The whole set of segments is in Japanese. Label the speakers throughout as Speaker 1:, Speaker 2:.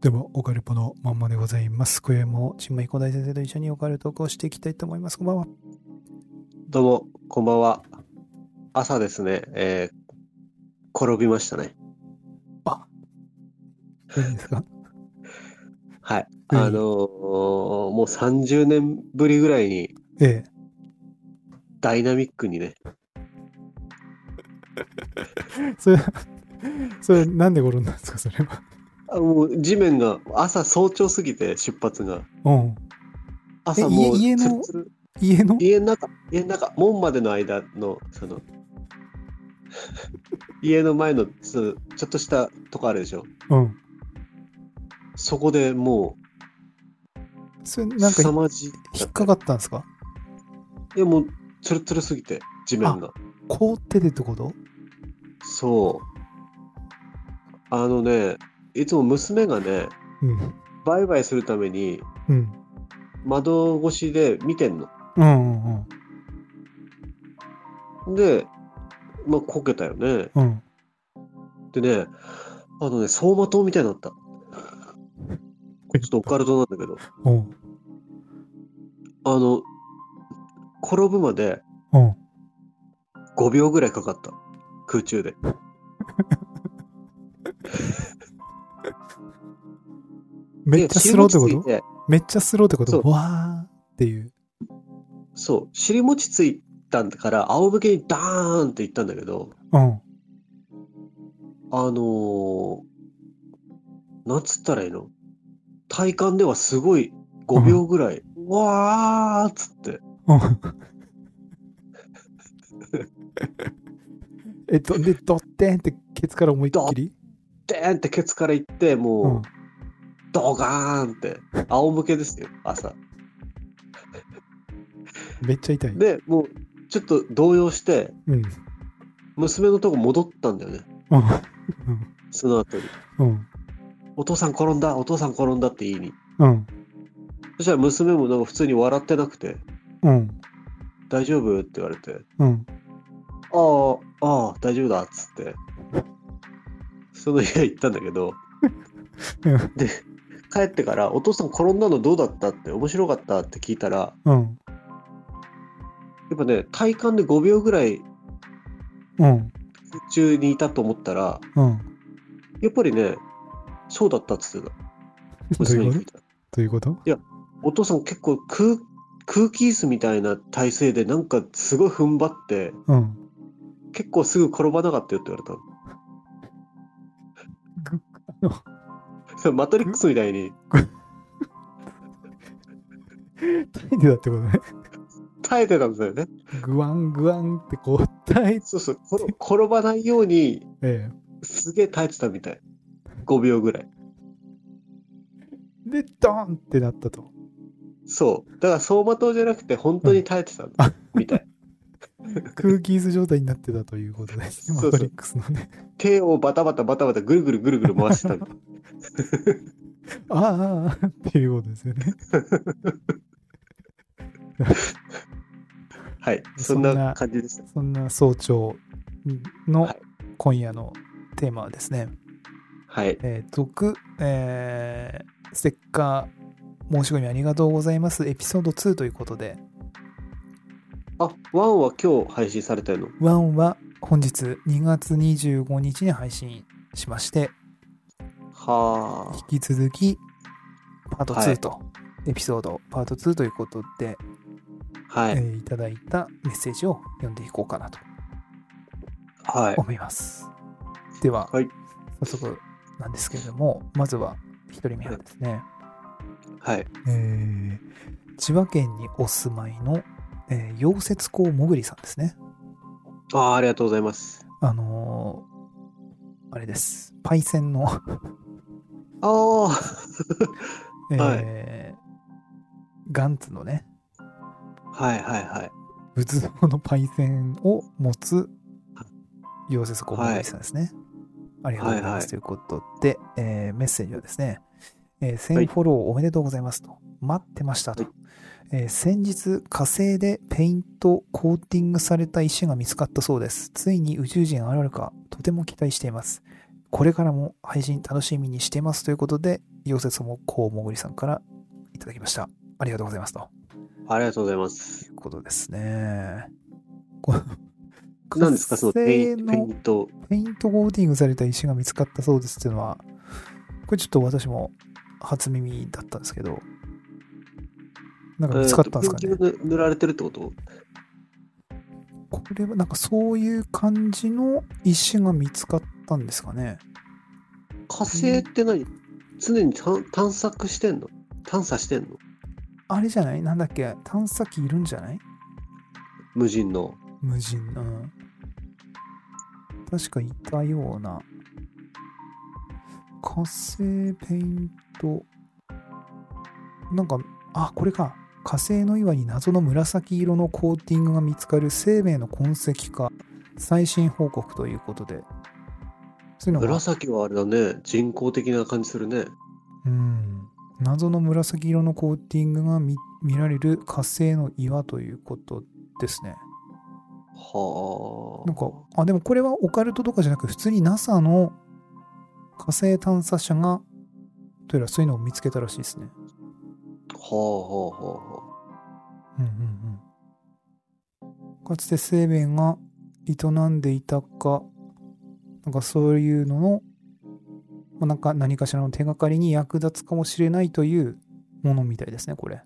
Speaker 1: では、オカルポのまんまでございます。今夜も、新米彦大先生と一緒にオカルトークをしていきたいと思います。こんばんは。
Speaker 2: どうも、こんばんは。朝ですね、えー、転びましたね。
Speaker 1: いいですか
Speaker 2: はい。
Speaker 1: うん
Speaker 2: あのーもう30年ぶりぐらいに
Speaker 1: ええ。
Speaker 2: ダイナミックにね、
Speaker 1: それ、それ、なんで転んだんですか、それは。
Speaker 2: あもう地面が朝早朝すぎて出発が、
Speaker 1: うん。
Speaker 2: 朝もう
Speaker 1: 家家
Speaker 2: ツ
Speaker 1: の
Speaker 2: ルツル
Speaker 1: 家の
Speaker 2: 家の中、家の中、門までの間の、その、 家の前のそのちょっとしたとこあるでしょ。
Speaker 1: うん。
Speaker 2: そこでも
Speaker 1: それ、
Speaker 2: う、
Speaker 1: なんか
Speaker 2: 凄、まじい。
Speaker 1: 引っかかったんですか
Speaker 2: いや、もう、ツルツルすぎて、地面が。
Speaker 1: 凍っててってこと
Speaker 2: そう。あのね、いつも娘がね、
Speaker 1: うん。
Speaker 2: バイバイするために
Speaker 1: うん。
Speaker 2: 窓越しで見てんの。
Speaker 1: うんうん
Speaker 2: で、まあ、こけたよね。
Speaker 1: うん。うん。
Speaker 2: でね、あのね、走馬灯みたいになった。これちょっとオカルトなんだけど、
Speaker 1: うん。
Speaker 2: あの、転ぶまで
Speaker 1: うん。
Speaker 2: 5秒ぐらいかかった。空中で。
Speaker 1: めっちゃスローってこ
Speaker 2: で
Speaker 1: と
Speaker 2: 尻餅ついて
Speaker 1: めっちゃスローってこ
Speaker 2: そ
Speaker 1: と
Speaker 2: う
Speaker 1: わーっていう。
Speaker 2: そう、尻餅ついたんだから、仰向けにダーンっていったんだけど、
Speaker 1: うん。
Speaker 2: あのー、なんつったらいいの体感ではすごい5秒ぐらい、わーっつって、
Speaker 1: うん えっと、で、ドッテンってケツから思いっきり
Speaker 2: でーんってケツから行って、
Speaker 1: う
Speaker 2: も
Speaker 1: ん
Speaker 2: う、。ドガーンって、仰向けですよ、朝。
Speaker 1: めっちゃ痛い。
Speaker 2: で、もう、ちょっと動揺して、
Speaker 1: うん。
Speaker 2: 娘のとこ戻ったんだよね、
Speaker 1: うん。
Speaker 2: その後に。
Speaker 1: うん。
Speaker 2: お父さん転んだ、お父さん転んだって言いに。
Speaker 1: うん。
Speaker 2: そしたら娘もなんか普通に笑ってなくて、
Speaker 1: うん。
Speaker 2: 大丈夫って言われて、
Speaker 1: うん。
Speaker 2: ああ、ああ、大丈夫だっつって、その家行ったんだけど
Speaker 1: うん、
Speaker 2: で、帰ってから、お父さん転んだのどうだったって、面白かったって聞いたら、
Speaker 1: うん。
Speaker 2: やっぱね、体感で5秒ぐらい
Speaker 1: うん。
Speaker 2: 空中にいたと思ったら、
Speaker 1: うん。
Speaker 2: やっぱりね、そうだったっつってた。
Speaker 1: どう
Speaker 2: 娘
Speaker 1: いうこ
Speaker 2: に
Speaker 1: と
Speaker 2: 聞いた。
Speaker 1: どういうこと
Speaker 2: お父さん結構空、空気椅子みたいな体勢で、なんかすごい踏ん張って、
Speaker 1: うん。
Speaker 2: 結構すぐ転ばなかったよって言われたのそ れ。マトリックスみたいに、
Speaker 1: 耐えてたってことね。
Speaker 2: 耐えてたんですよね。
Speaker 1: グワングワンってこう 耐えて、
Speaker 2: そうそう、転転ばないように
Speaker 1: え
Speaker 2: すげえ耐えてたみたい。5秒ぐらい。
Speaker 1: えで、ドーンってなった と。
Speaker 2: そう。だから走馬灯じゃなくて、本当に耐えてたんだ、みたい。
Speaker 1: 空気椅子状態になってたということですね。
Speaker 2: そうそう
Speaker 1: マトリックスのね。
Speaker 2: 手をバタバタバタバタぐるぐるぐるぐる回してたみ たい。
Speaker 1: ああああっていうことですよね。
Speaker 2: はい。
Speaker 1: そ
Speaker 2: そ
Speaker 1: ん
Speaker 2: ん
Speaker 1: な
Speaker 2: な感じでした。
Speaker 1: そんな早朝の
Speaker 2: はい
Speaker 1: 今夜のテーマはですね、
Speaker 2: はい。
Speaker 1: えー続、えーステッカー申し込みありがとうございますエピソード2ということで、
Speaker 2: あ、ワンは今日配信されたの。
Speaker 1: 1は本日2月25日に配信しまして、
Speaker 2: はあ。
Speaker 1: 引き続きパート
Speaker 2: は
Speaker 1: 2
Speaker 2: い
Speaker 1: と、エピソードパート2ということで、、
Speaker 2: はい
Speaker 1: え
Speaker 2: い。
Speaker 1: ーいただいたメッセージを読んでいこうかなと
Speaker 2: はい。
Speaker 1: 思います。では、
Speaker 2: はい
Speaker 1: 早速なんですけれども、まずは1人目はですね、
Speaker 2: はい。
Speaker 1: えー千葉県にお住まいの、えー溶接工もぐりさんですね。
Speaker 2: ああ、ありがとうございます。
Speaker 1: あのーあれです。パイセンの、
Speaker 2: ああ。
Speaker 1: えー
Speaker 2: は
Speaker 1: ガンツのね、
Speaker 2: はいはいはい。
Speaker 1: 仏像のパイセンを持つ溶接工もぐりさんですね。ありがとうございます。
Speaker 2: はいはい
Speaker 1: ということで、えーメッセージはですね、えー1000フォローおめでとうございますと。待ってましたと。
Speaker 2: は
Speaker 1: えー先日、火星でペイント、コーティングされた石が見つかったそうです。ついに宇宙人現れるか、とても期待しています。これからも配信楽しみにしてますということで、溶接もこうもぐりさんからいただきました。ありがとうございますと
Speaker 2: ありがとうございま
Speaker 1: い
Speaker 2: す。
Speaker 1: うことですね。こ
Speaker 2: 何ですか、そのペイ
Speaker 1: 火星
Speaker 2: ンペイント。
Speaker 1: ペイントコーティングされた石が見つかったそうですっていうのは、これちょっと私も初耳だったんですけど、なんか見つかったんですかね。
Speaker 2: えーとペインティング塗られてるってこと
Speaker 1: これはなんかそういう感じの石が見つかったんですかね。
Speaker 2: 火星って何、常に探探索してんの探査してんの
Speaker 1: あれじゃないなんだっけ探査機いるんじゃない
Speaker 2: 無人の。
Speaker 1: 無人の。うん確かいたような。火星ペイント。なんか、あ、これか。火星の岩に謎の紫色のコーティングが見つかる生命の痕跡か。最新報告ということで。そういうのが
Speaker 2: 紫はあれだね。人工的な感じするね。
Speaker 1: うん、謎の紫色のコーティングが見見られる火星の岩ということですね。
Speaker 2: はあ。
Speaker 1: なんかあでもこれはオカルトとかじゃなく普通に NASA の火星探査車がどうやらそういうのを見つけたらしいですね。
Speaker 2: はあはあはあはあ。
Speaker 1: うんうんうん、かつて生命が営んでいたかなんかそういうのの、まあ、なんか何かしらの手がかりに役立つかもしれないというものみたいですねこれ。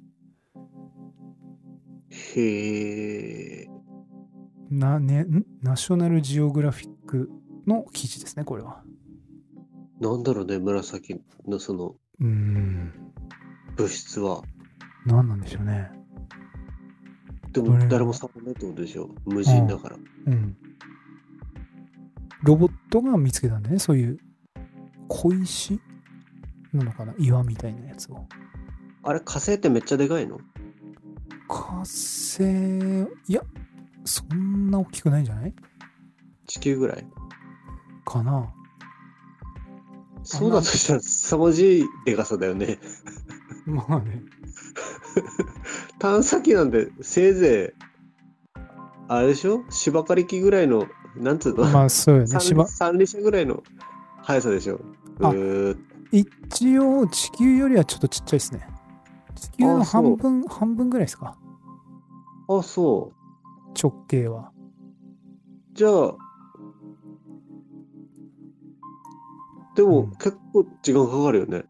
Speaker 2: へえ。
Speaker 1: な、ね、んナショナルジオグラフィックの記事ですね、これは。
Speaker 2: なんだろうね、紫のその
Speaker 1: うーん。
Speaker 2: 物質は。
Speaker 1: 何なんでしょうね。
Speaker 2: で
Speaker 1: ど
Speaker 2: も
Speaker 1: れ
Speaker 2: 誰も触らないってことでしょ。無人だから。
Speaker 1: うん。ロボットが見つけたんだね、そういう小石なのかな岩みたいなやつを。
Speaker 2: あれ、火星ってめっちゃでかいの
Speaker 1: 火星、いや、そんな大きくないんじゃない
Speaker 2: 地球ぐらい。
Speaker 1: かな。
Speaker 2: そうだとしたら凄まじいでかさだよね。
Speaker 1: まあね。
Speaker 2: 探査機なんでせいぜい、あれでしょ芝刈り機ぐらいの、なんつうの、
Speaker 1: まあそうよね。
Speaker 2: 三
Speaker 1: 芝
Speaker 2: 三輪車ぐらいの速さでしょ。う
Speaker 1: あ
Speaker 2: ーっ
Speaker 1: 一応地球よりはちょっとちっちゃいですね。地球の
Speaker 2: あそう
Speaker 1: 半分、半分ぐらいですか。
Speaker 2: あ、そう。
Speaker 1: 直径は。
Speaker 2: じゃあ、で
Speaker 1: う
Speaker 2: も
Speaker 1: ん
Speaker 2: 結構時間かかるよね。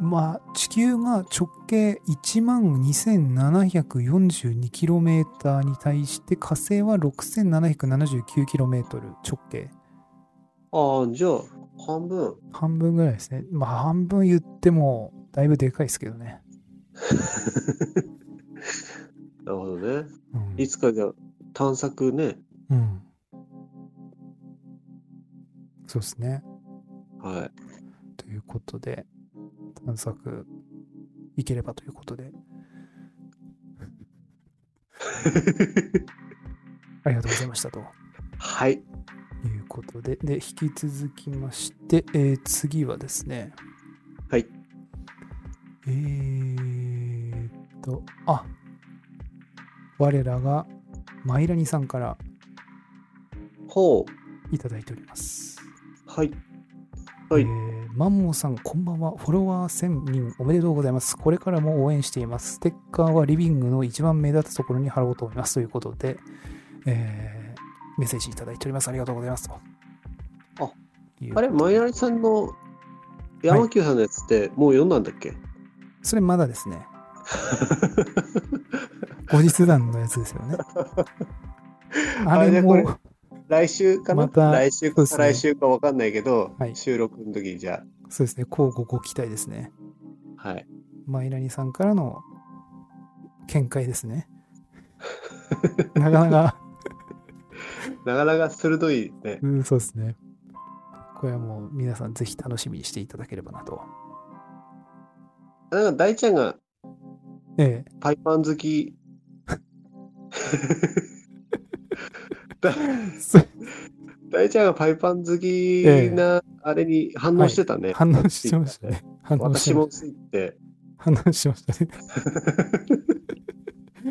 Speaker 1: まあ、地球が直径1万 2742km に対して火星は 6779km 直径
Speaker 2: ああ、じゃあ、半分。
Speaker 1: 半分ぐらいですねまあ半分言ってもだいぶでかいですけどね、
Speaker 2: なるほどね。
Speaker 1: うん
Speaker 2: いつかじゃあ、探索ね。
Speaker 1: うんそうですね
Speaker 2: は
Speaker 1: ということで探索いければということで
Speaker 2: い。
Speaker 1: ありがとうございましたと
Speaker 2: はい。
Speaker 1: ということで、で、引き続きまして、えー次はですね。
Speaker 2: はい。
Speaker 1: えーっと、あ我らがマイラニさんから
Speaker 2: ほ
Speaker 1: いただいております。
Speaker 2: う。はい。はい
Speaker 1: えーマンモさん、こんばんは。フォロワー1000人おめでとうございます。これからも応援しています。ステッカーはリビングの一番目立つところに貼ろうと思います。ということで、えーメッセージいただいております。ありがとうございます。あ
Speaker 2: あれ、マイナリさんの山久さんのやつって、もう読んだんだっけ
Speaker 1: それまだですね。後日談のやつですよね。あ
Speaker 2: あ
Speaker 1: れ
Speaker 2: れねこれ
Speaker 1: も、
Speaker 2: 来週かな、
Speaker 1: また
Speaker 2: 来週か
Speaker 1: そ
Speaker 2: 再
Speaker 1: うで
Speaker 2: 来
Speaker 1: す
Speaker 2: 週かわかんないけど、
Speaker 1: はい
Speaker 2: 収録の時にじゃ
Speaker 1: そうですね、こうごご期待ですね。
Speaker 2: あ。はい。
Speaker 1: マイラニさんからの見解です ね。なかなか、
Speaker 2: なかなか鋭いね。
Speaker 1: うん、そうですね。これはもう皆さんぜひ楽しみにしていただければなと。
Speaker 2: なんか大ちゃんが
Speaker 1: ええ、
Speaker 2: パイパン好き。だ
Speaker 1: そ
Speaker 2: 大ちゃんがパイパン好きなあれに反応してたね。
Speaker 1: 反応してましたね。反応し
Speaker 2: 私
Speaker 1: てま
Speaker 2: も
Speaker 1: し
Speaker 2: ついて。
Speaker 1: た反応しましたね。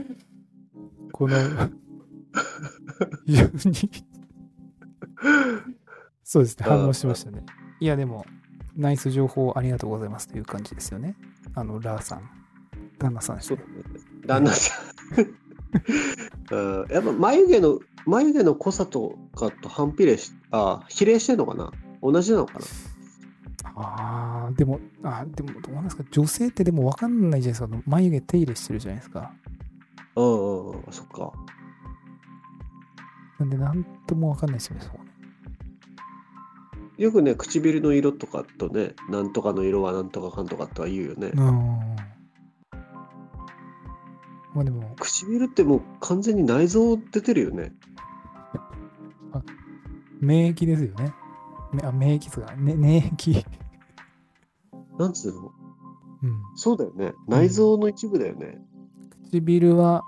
Speaker 1: この、非常にそうですね、
Speaker 2: うん
Speaker 1: 反応しましたね。いや、でも、ナイス情報ありがとうございますという感じですよね。あの、ラーさん、旦那さんです
Speaker 2: そう
Speaker 1: ね
Speaker 2: だ。ね。旦那さん。うん、やっぱ眉毛の眉毛の濃さとかと反比例しあ比例してんのかな同じなのかな
Speaker 1: ああ、でも、あでも、どうなんですか、女性ってでも分かんないじゃないですか、眉毛手入れしてるじゃないですか。
Speaker 2: うんうんうんそっか
Speaker 1: なんで、なんとも分かんないですよね、そこね。
Speaker 2: よくね唇の色とかとねなんとかの色はなんとかかんとかとは言うよね、
Speaker 1: うん。まあでも、
Speaker 2: 唇ってもう完全に内臓出てるよね
Speaker 1: 免疫ですよね。めあ免疫ですか、ね、免疫。
Speaker 2: なんつうの
Speaker 1: うん。
Speaker 2: そうだよね内臓の一部だよね、
Speaker 1: 唇は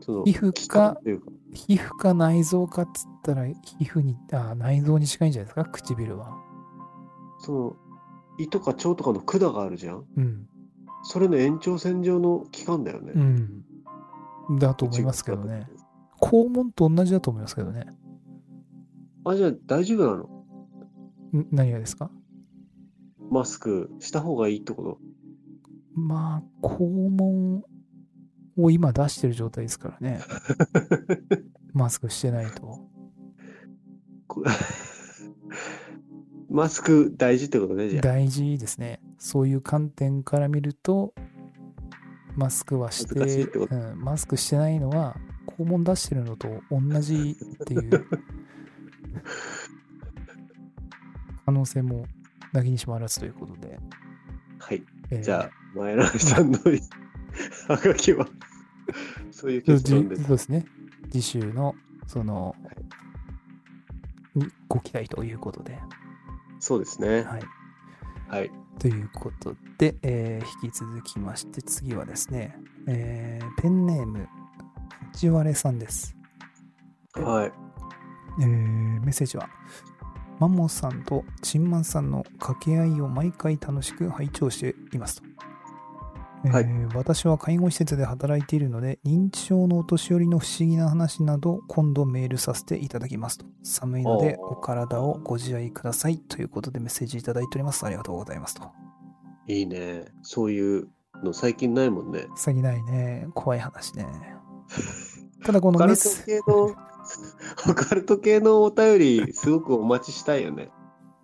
Speaker 2: その
Speaker 1: 皮膚か
Speaker 2: 器官っていうか
Speaker 1: 皮膚か内臓かっつったら、皮膚に、あ内臓に近いんじゃないですか、唇は。
Speaker 2: その胃とか腸とかの管があるじゃん
Speaker 1: うん。
Speaker 2: それの延長線上の器官だよね、
Speaker 1: うん。だと思いますけどね。肛門と同じだと思いますけどね。
Speaker 2: あじゃあ大丈夫なの
Speaker 1: ん何がですか
Speaker 2: マスクした方がいいってこと
Speaker 1: まあ、肛門を今出してる状態ですからね。 マスクしてないと。
Speaker 2: こ マスク大事ってことねじゃあ
Speaker 1: 大事ですね。そういう観点から見ると、マスクはして、
Speaker 2: 恥ずかしいってこと
Speaker 1: うん、マスクしてないのは、肛門出してるのと同じっていう 可能性もなきにしもあらずということで。
Speaker 2: はい
Speaker 1: えー
Speaker 2: じゃあ前原さんの はがきはそういう
Speaker 1: そう
Speaker 2: 結
Speaker 1: じそう
Speaker 2: 論で
Speaker 1: ですね。次週の、その、
Speaker 2: は
Speaker 1: にご期待ということで。
Speaker 2: そうですね
Speaker 1: はい。
Speaker 2: はい
Speaker 1: ということで、えー引き続きまして、次はですね、えーペンネーム、藤原さんです。
Speaker 2: はい
Speaker 1: えーメッセージは、マンモスさんとチンマンさんの掛け合いを毎回楽しく拝聴していますと。えー
Speaker 2: はい
Speaker 1: 私は介護施設で働いているので認知症のお年寄りの不思議な話など今度メールさせていただきますと寒いので
Speaker 2: お
Speaker 1: お
Speaker 2: ー
Speaker 1: 体をご自愛くださいということでメッセージいただいておりますありがとうございますと
Speaker 2: いいねそういうの最近ないもんね
Speaker 1: 詐欺ないね怖い話ねただこ
Speaker 2: オ
Speaker 1: の
Speaker 2: カ
Speaker 1: メ
Speaker 2: ルト
Speaker 1: ス
Speaker 2: 系 のオカルト系のお便りすごくお待ちしたいよね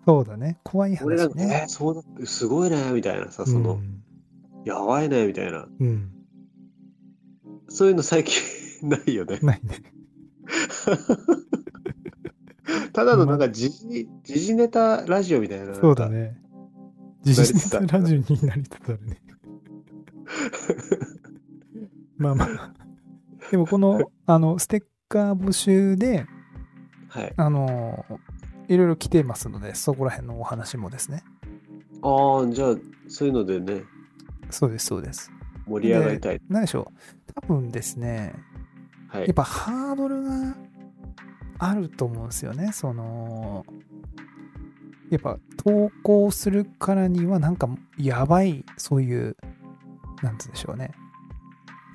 Speaker 1: そうだね怖い
Speaker 2: 俺ら
Speaker 1: 話
Speaker 2: がね
Speaker 1: ね
Speaker 2: えーそうだすごいねみたいなさその、
Speaker 1: うん
Speaker 2: やばいねみたいな
Speaker 1: うん、
Speaker 2: そういうの最近ないよね
Speaker 1: ないね
Speaker 2: ただのなんか時事時事ネタラジオみたいななんか
Speaker 1: そうだね。
Speaker 2: 慣
Speaker 1: 自
Speaker 2: れてた
Speaker 1: 信ラジオになりつつあるね。まあまあ。でもこの、あの、ステッカー募集で、
Speaker 2: はい
Speaker 1: あの、いろいろ来てますので、そこら辺のお話もですね。
Speaker 2: ああじゃあそういうのでね
Speaker 1: そうです、そうです。
Speaker 2: 盛り上がりたい
Speaker 1: 何でしょう。多分ですね、
Speaker 2: は
Speaker 1: や
Speaker 2: い
Speaker 1: っぱハードルがあると思うんですよね。その、やっぱ投稿するからにはなんかやばい、そういう、なんて言うんでしょうね。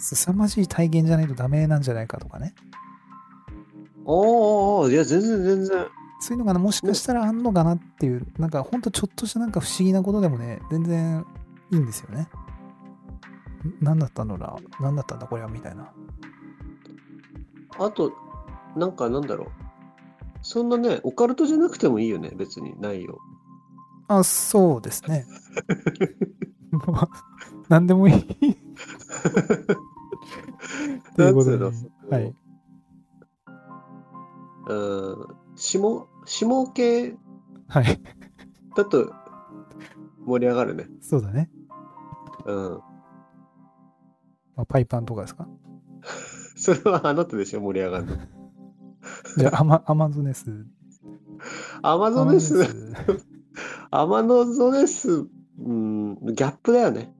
Speaker 1: 凄まじい体験じゃないとダメなんじゃないかとかね。
Speaker 2: おーおーおーいや全然全然
Speaker 1: そういうのがもしかしたらあんのかなっていう、なんかほんとちょっとしたなんか不思議なことでもね、全然いいんですよね。ん何だったんだろう何だったんだこれはみたいな。
Speaker 2: あとなんかなんだろうそんなねオカルトじゃなくてもいいよね別に内容
Speaker 1: あ、そうですね。 まあ、何でもいい。ということで
Speaker 2: なんつうの、その
Speaker 1: はい。
Speaker 2: うん下下系
Speaker 1: はい。
Speaker 2: だと盛り上がるね
Speaker 1: そうだね。
Speaker 2: うん
Speaker 1: まあ、パイパンとかですか
Speaker 2: それはあなたでしょ盛り上がるの
Speaker 1: じゃあ、アマアマゾネス。
Speaker 2: アマ
Speaker 1: ア
Speaker 2: ゾネ
Speaker 1: マ
Speaker 2: ス
Speaker 1: ゾネ
Speaker 2: アマゾネス、うん、ギャップだよね。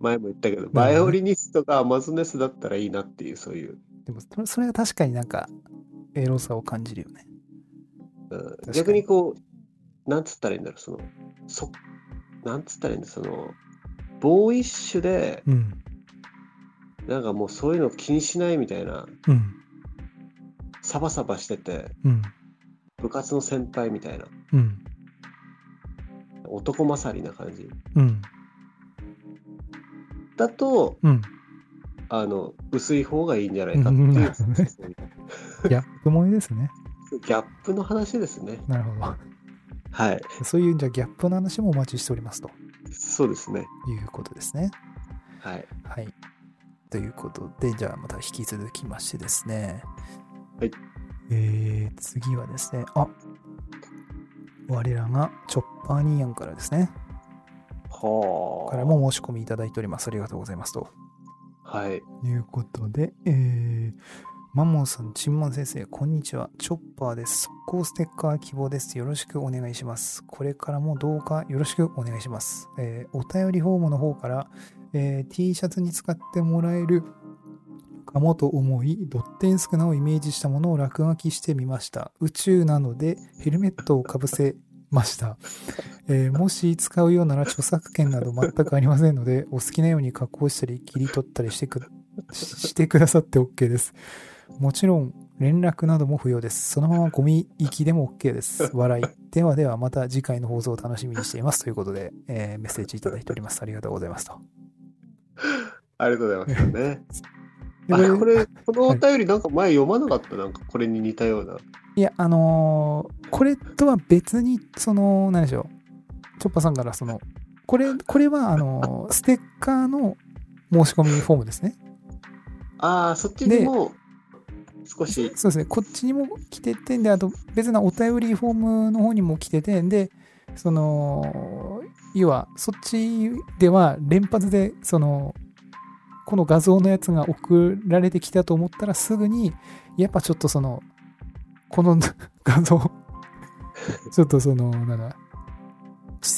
Speaker 2: 前も言ったけ ど、バイオリニストがアマゾネスだったらいいなっていう、そういう。
Speaker 1: スでもそれ、それは確かになんか、エロさを感じるよね。
Speaker 2: うん
Speaker 1: かに
Speaker 2: 逆にこう、なんつったらいいんだろう、その、そなんつったらいいんだろう、その、ボーイッシュで、
Speaker 1: うん。
Speaker 2: なんかもうそういうの気にしないみたいな、
Speaker 1: うん。
Speaker 2: サバサバしてて、
Speaker 1: うん。
Speaker 2: 部活の先輩みたいな、
Speaker 1: うん
Speaker 2: 男勝りな感じ。
Speaker 1: うん
Speaker 2: だと、
Speaker 1: うん
Speaker 2: あの、薄い方がいいんじゃないかっていう、
Speaker 1: うんなるほどね
Speaker 2: そういう
Speaker 1: ギャップ萌えですね
Speaker 2: ギャップの話ですね。
Speaker 1: なるほど
Speaker 2: はい。
Speaker 1: そういうじゃあギャップの話もお待ちしておりますと
Speaker 2: そうですね。
Speaker 1: いうことですね
Speaker 2: はい。
Speaker 1: はい。ということで、じゃあまた引き続きましてですね。
Speaker 2: はい。
Speaker 1: えー、次はですね、あ我らがチョッパーニーヤンからですね。
Speaker 2: はあ。
Speaker 1: からも申し込みいただいております。ありがとうございます。と
Speaker 2: はい。
Speaker 1: いうことで、えー、マンモンさん、チンモン先生、こんにちは。チョッパーです。速攻ステッカー希望です。よろしくお願いします。これからもどうかよろしくお願いします。えーお便りフォームの方から、えー T シャツに使ってもらえるかもと思い、ドッテンスクナをイメージしたものを落書きしてみました。宇宙なのでヘルメットをかぶせました。えーもし使うようなら著作権など全くありませんので、お好きなように加工したり切り取ったりしてくししてくださって OK です。もちろん連絡なども不要です。そのままゴミ行きでも OK です。笑い。 ではではまた次回の放送を楽しみにしています。ということで、えーメッセージいただいております。ありがとうございますと。
Speaker 2: ありがとうございますね。
Speaker 1: で
Speaker 2: あれ、これ、この
Speaker 1: は
Speaker 2: お
Speaker 1: い
Speaker 2: 便りなんか前読まなかった、なんかこれに似たような。
Speaker 1: いや、あのーこれとは別に、その、何でしょう、チョッパさんから、その、これ、これは、あのーステッカーの申し込みフォームですね。
Speaker 2: ああ、そっちにも少し。
Speaker 1: そうですね、こっちにも来てて、で、あと、別なお便りフォームの方にも来てて、で、その、要は、そっちでは連発で、その、この画像のやつが送られてきたと思ったら、すぐに、やっぱちょっとその、この画 像、ちょっとその、なんだ、稚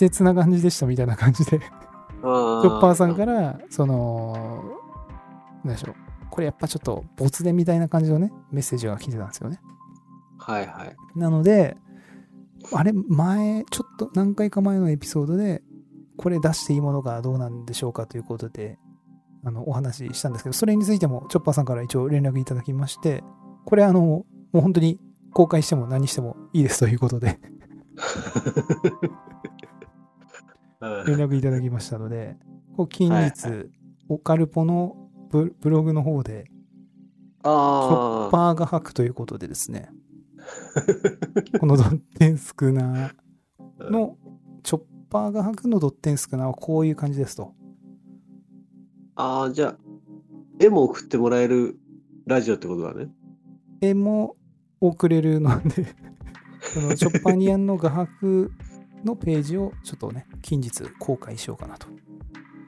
Speaker 1: 拙な感じでしたみたいな感じで、
Speaker 2: チョ
Speaker 1: チョッ
Speaker 2: ッ。
Speaker 1: パーさんからら、その、なんでしょう、これやっぱちょっと、没でみたいな感じのね、メッセージが来てたんですよね。
Speaker 2: はいはい。
Speaker 1: なので、あれ、前、ちょっと何回か前のエピソードで、これ出していいものがどうなんでしょうかということで、あの、お話ししたんですけど、それについても、チョッパーさんから一応連絡いただきまして、これ、あの、もう本当に公開しても何してもいいですということ で、
Speaker 2: うん
Speaker 1: 連絡いただきましたので、こう近
Speaker 2: はいは
Speaker 1: 日、オカルポのブブログの方で、チョ
Speaker 2: あ
Speaker 1: ッ
Speaker 2: あ。
Speaker 1: パーが吐くということでですね、 このドッテンスクナーのチョッパーが吐くのドッテンスクナーはこういう感じですと。
Speaker 2: ああ、じゃあ、絵も送ってもらえるラジオってことだね。
Speaker 1: 絵も送れるので、そのチョッパーニアンの画伯のページをちょっとね、近日公開しようかなと。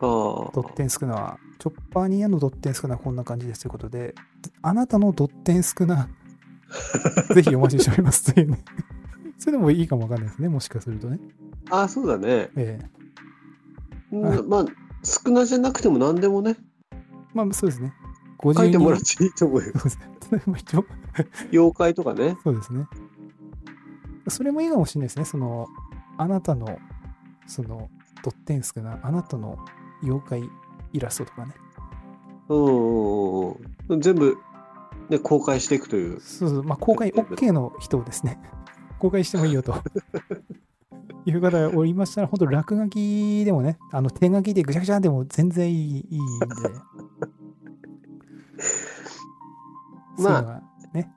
Speaker 2: あ
Speaker 1: ドッテンスクナーは、チョッパーニアンのドッテンスクナーはこんな感じですということで、あなたのドッテンスクナー、ぜひお待ちしておりますというね。それでもいいかもわかんないですね、もしかするとね。
Speaker 2: あ。ああ、そうだね。
Speaker 1: ええ
Speaker 2: うんまあ、少なじゃなくても何でもね、
Speaker 1: まあそうですね。ご
Speaker 2: 書いてもらっ
Speaker 1: そ
Speaker 2: ていい と思うよ。
Speaker 1: うですね。それも一応
Speaker 2: 妖怪とかね。
Speaker 1: そうですね。それもいいかもしれないですね。その、あなたの、その、ドッテンスクな、あなたの妖怪イラストとかね。
Speaker 2: うんうんうんうん。全部、ね、公開していくという。
Speaker 1: そうそう、まあ、公開 OK の人をですね、 公開してもいいよと。 いう方がおりましたら、本当落書きでもね、あの手書きでぐちゃぐちゃでも全然いい いいんで。そういうのがね、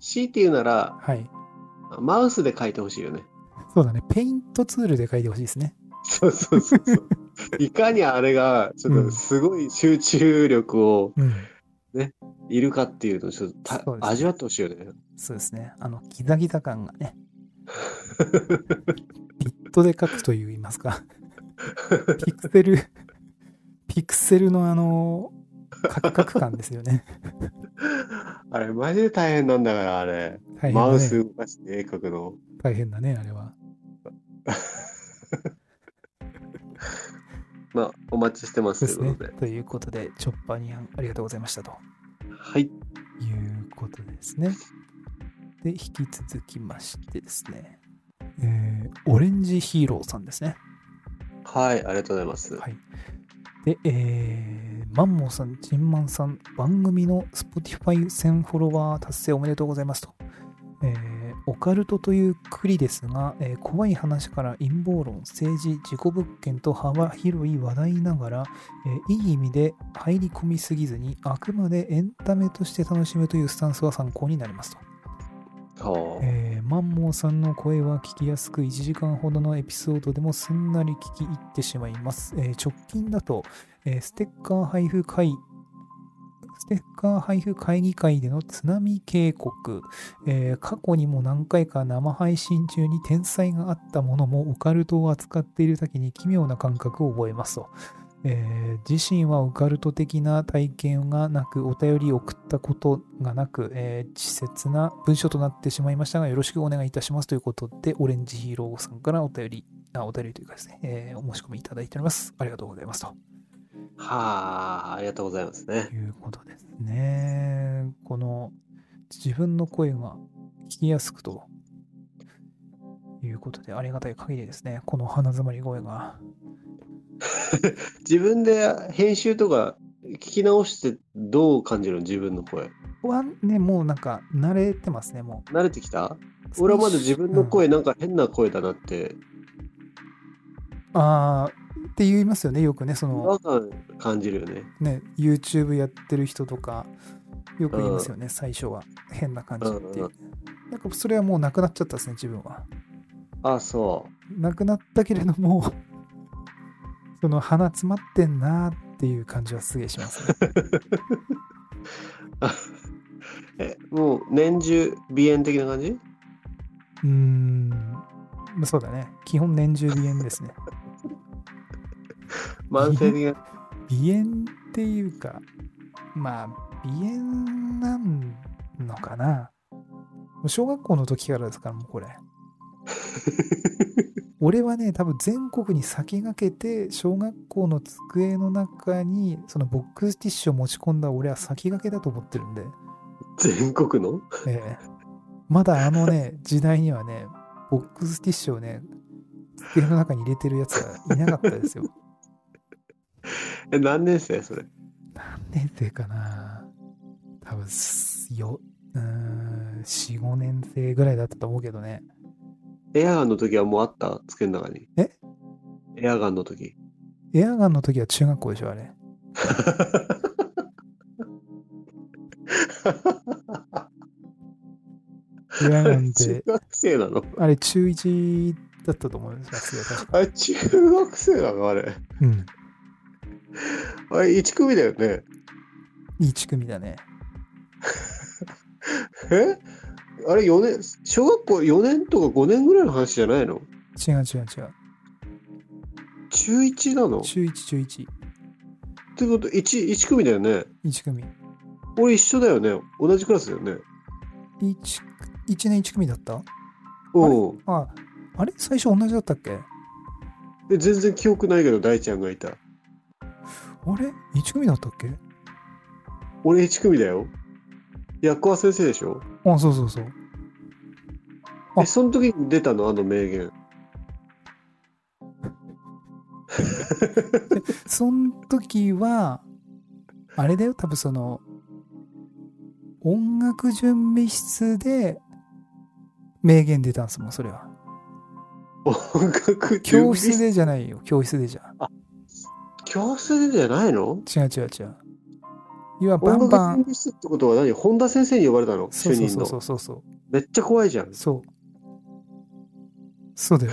Speaker 2: 強いて言うなら、
Speaker 1: はい。
Speaker 2: マウスで書いてほしいよね。
Speaker 1: そうだね、ペイントツールで書いてほしいですね。
Speaker 2: そうそうそう そう。いかにあれが、ちょっ
Speaker 1: う
Speaker 2: と
Speaker 1: ん
Speaker 2: すごい集中力を
Speaker 1: うん。
Speaker 2: いるかっていうのをちょっとた
Speaker 1: そうですね
Speaker 2: 味わってほしいよね。
Speaker 1: そうですね。あの、ギザギザ感がね、ビットで書くといいますか、ピクセル、ピクセルのあの、カクカク感ですよね。
Speaker 2: あれ、マジで大変なんだから、あれ。
Speaker 1: 大変だね
Speaker 2: マウス動かして絵描くの。
Speaker 1: 大変だね、あれは。
Speaker 2: まあ、お待ちしてま
Speaker 1: そう
Speaker 2: す
Speaker 1: で
Speaker 2: と
Speaker 1: す
Speaker 2: いう
Speaker 1: ね
Speaker 2: ことで。。
Speaker 1: ということで、チョッパーニャン、ありがとうございましたと
Speaker 2: はい。
Speaker 1: いうことですね。で、引き続きましてですね、えーオレンジヒーローさんですね。
Speaker 2: はい、ありがとうございます。
Speaker 1: はい。で、えーマンモーさん、ジンマンさん、番組の Spotify 1000フォロワー達成おめでとうございますと。えーオカルトというくりですが、えー怖い話から陰謀論政治事故物件と幅広い話題ながら、えーいい意味で入り込みすぎずにあくまでエンタメとして楽しむというスタンスは参考になりますと、
Speaker 2: はあ。
Speaker 1: えーマンモーさんの声は聞きやすく1時間ほどのエピソードでもすんなり聞き入ってしまいます、えー直近だと、えーステッカー配布会ステッカー配布会議会での津波警告、えー過去にも何回か生配信中に天才があったものもオカルトを扱っている時に奇妙な感覚を覚えますと、えー自身はオカルト的な体験がなくお便りを送ったことがなく、えー稚拙な文章となってしまいましたがよろしくお願いいたしますということでオレンジヒーローさんからお便りあお便りというかですね、えーお申し込みいただいておりますありがとうございますと
Speaker 2: はあ、ありがとうございますね。
Speaker 1: いうことですね。この自分の声が聞きやすくということでありがたい限りですね。この鼻詰まり声が。
Speaker 2: 自分で編集とか聞き直してどう感じるの自分の声。
Speaker 1: はね、もうなんか慣れてますね、も
Speaker 2: 慣れてきた
Speaker 1: う。
Speaker 2: 俺はまだ自分の声
Speaker 1: うん
Speaker 2: なんか変な声だなって、
Speaker 1: ああ、って言いますよね、よくね、そ
Speaker 2: 違
Speaker 1: の
Speaker 2: 和感感じるよね。
Speaker 1: ね、YouTube やってる人とか、よく言いますよね、最初は。変な感じっていう。なんかそれはもうなくなっちゃったですね、自分は。
Speaker 2: あ、そ
Speaker 1: なくなったけれども、 その鼻詰まってんなーっていう感じはすげえします ね。
Speaker 2: う。え、もう年中鼻炎的な感じ
Speaker 1: うーん、まあそうだね。基本年中鼻炎ですね。
Speaker 2: 慢性的 な。
Speaker 1: 鼻炎っていうか、まあ、鼻炎なんのかな。もう小学校の時からですから、もうこれ。俺はね、多分全国に先駆けて、小学校の机の中に、そのボックスティッシュを持ち込んだ俺は先駆けだと思ってるんで。
Speaker 2: 全国の
Speaker 1: ええまだあのね、時代にはね、ボックスティッシュをね、机の中に入れてるやつがいなかったですよ。
Speaker 2: え、何年生それ。
Speaker 1: 何年生かな多分すよ、うーん、4、5年生ぐらいだったと思うけどね。
Speaker 2: エアガンの時はもうあった机の中に。
Speaker 1: え
Speaker 2: エアガンの時。
Speaker 1: エアガンの時は中学校でしょ、あれ。エアガンっ
Speaker 2: 中
Speaker 1: て、
Speaker 2: 学生なの
Speaker 1: あれ中1だったと思いますよ、確か。
Speaker 2: あれ、中学生なのあれ。
Speaker 1: うん。
Speaker 2: あれ、1組だよね。
Speaker 1: 1組だね。
Speaker 2: えあれ、4年、小学校4年とか5年ぐらいの話じゃないの
Speaker 1: 違う違う違う。
Speaker 2: 中1なのっ
Speaker 1: 中1、中1。
Speaker 2: てこと1、1組だよね。
Speaker 1: 1組。
Speaker 2: 俺一緒だよね。同じクラスだよね。
Speaker 1: 1, 1年1組だった
Speaker 2: うん。
Speaker 1: あ、あれ最初同じだったっけ
Speaker 2: え全然記憶ないけど、大ちゃんがいた。
Speaker 1: あれ ?1 組だったっけ
Speaker 2: 俺1組だよ。薬は先生でしょ
Speaker 1: あ、そうそうそう。あ
Speaker 2: え、その時に出たのあの名言。
Speaker 1: その時は、あれだよ、多分その、音楽準備室で名言出たんですもん、それは。
Speaker 2: 音
Speaker 1: 教
Speaker 2: 楽教
Speaker 1: 室
Speaker 2: 室
Speaker 1: でじゃないよ、教室でじゃ。
Speaker 2: 教室でじゃないの
Speaker 1: 違う違う違う。いわバ
Speaker 2: 音
Speaker 1: ン
Speaker 2: 楽
Speaker 1: バ
Speaker 2: 準
Speaker 1: ン。
Speaker 2: 備室ってことは何本田先生に呼ばれたの
Speaker 1: そ
Speaker 2: 主
Speaker 1: うそうそう
Speaker 2: 任
Speaker 1: そ
Speaker 2: の。
Speaker 1: うそうそう。
Speaker 2: めっちゃ怖いじゃん。
Speaker 1: そうそうだよ。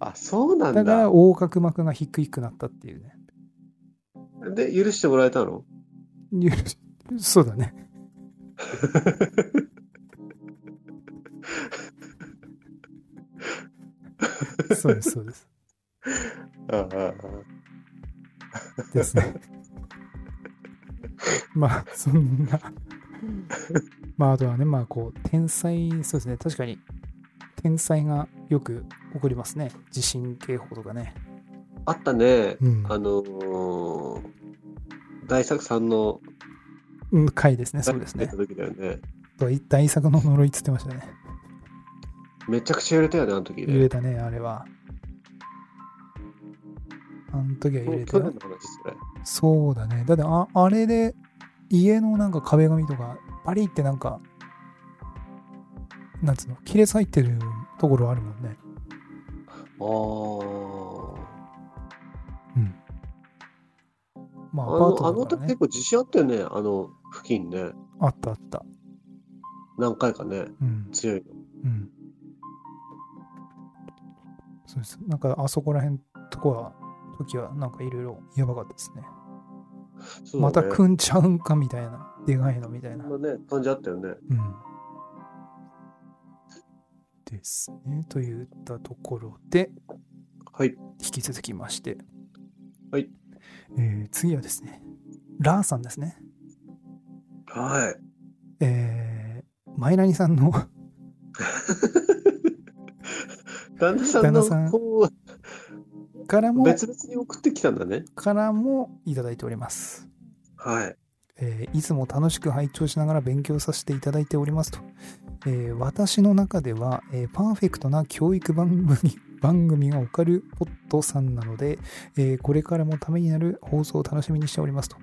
Speaker 2: あ、そうなんだ。
Speaker 1: だから横隔膜が低くなったっていうね。
Speaker 2: で、許してもらえたの
Speaker 1: よしそうだね。そうです、そうです。
Speaker 2: ああああ
Speaker 1: ですね。まあ、そんな。まあ、あとはね、まあ、こう、天才、そうですね、確かに、天才がよく起こりますね。地震警報とかね。
Speaker 2: あったね。
Speaker 1: うん
Speaker 2: あのー大作さんの
Speaker 1: うん、回ですね、そうです
Speaker 2: 出
Speaker 1: ね
Speaker 2: た。時だよね。
Speaker 1: 大大作の呪いっつってましたね。
Speaker 2: めちゃくちゃ揺れたよね、あの時
Speaker 1: 揺れ
Speaker 2: ね。
Speaker 1: たね、あれは。あの時は揺れた
Speaker 2: 去
Speaker 1: よ
Speaker 2: 年の話それ。
Speaker 1: そうだね。だってあ、あれで、家のなんか壁紙とか、パリってなんか、なんつうの亀裂入ってるところあるもんね
Speaker 2: あ
Speaker 1: ま
Speaker 2: あ。
Speaker 1: あア
Speaker 2: あ
Speaker 1: パー
Speaker 2: の、あ
Speaker 1: トだから
Speaker 2: の時
Speaker 1: ね
Speaker 2: 結構地震あったよね。あの、付近ね。
Speaker 1: あったあった
Speaker 2: 何回かね。
Speaker 1: うん
Speaker 2: 強いの。
Speaker 1: うんそうですなんかあそこら辺とこは時はなんかいろいろやばかったですね
Speaker 2: そう
Speaker 1: ま
Speaker 2: だ
Speaker 1: た
Speaker 2: ね
Speaker 1: 組んちゃうんかみたいなでかいのみたいな
Speaker 2: まあね、感じあったよね。
Speaker 1: うんですね。といったところで、
Speaker 2: はい。
Speaker 1: 引き続きまして、
Speaker 2: はい。
Speaker 1: えー次はですね、ラーさんですね。
Speaker 2: はい。
Speaker 1: えー、マイナニさんの
Speaker 2: 旦那さ
Speaker 1: 旦
Speaker 2: ん
Speaker 1: 那
Speaker 2: の
Speaker 1: さん
Speaker 2: 方は
Speaker 1: からも、
Speaker 2: 別々に送ってきたんだね。
Speaker 1: からもいただいております。
Speaker 2: はい。
Speaker 1: えーいつも楽しく拝聴しながら勉強させていただいておりますと。えー私の中では、えーパーフェクトな教育番組 番組がオカルポットさんなので、えーこれからもためになる放送を楽しみにしておりますと。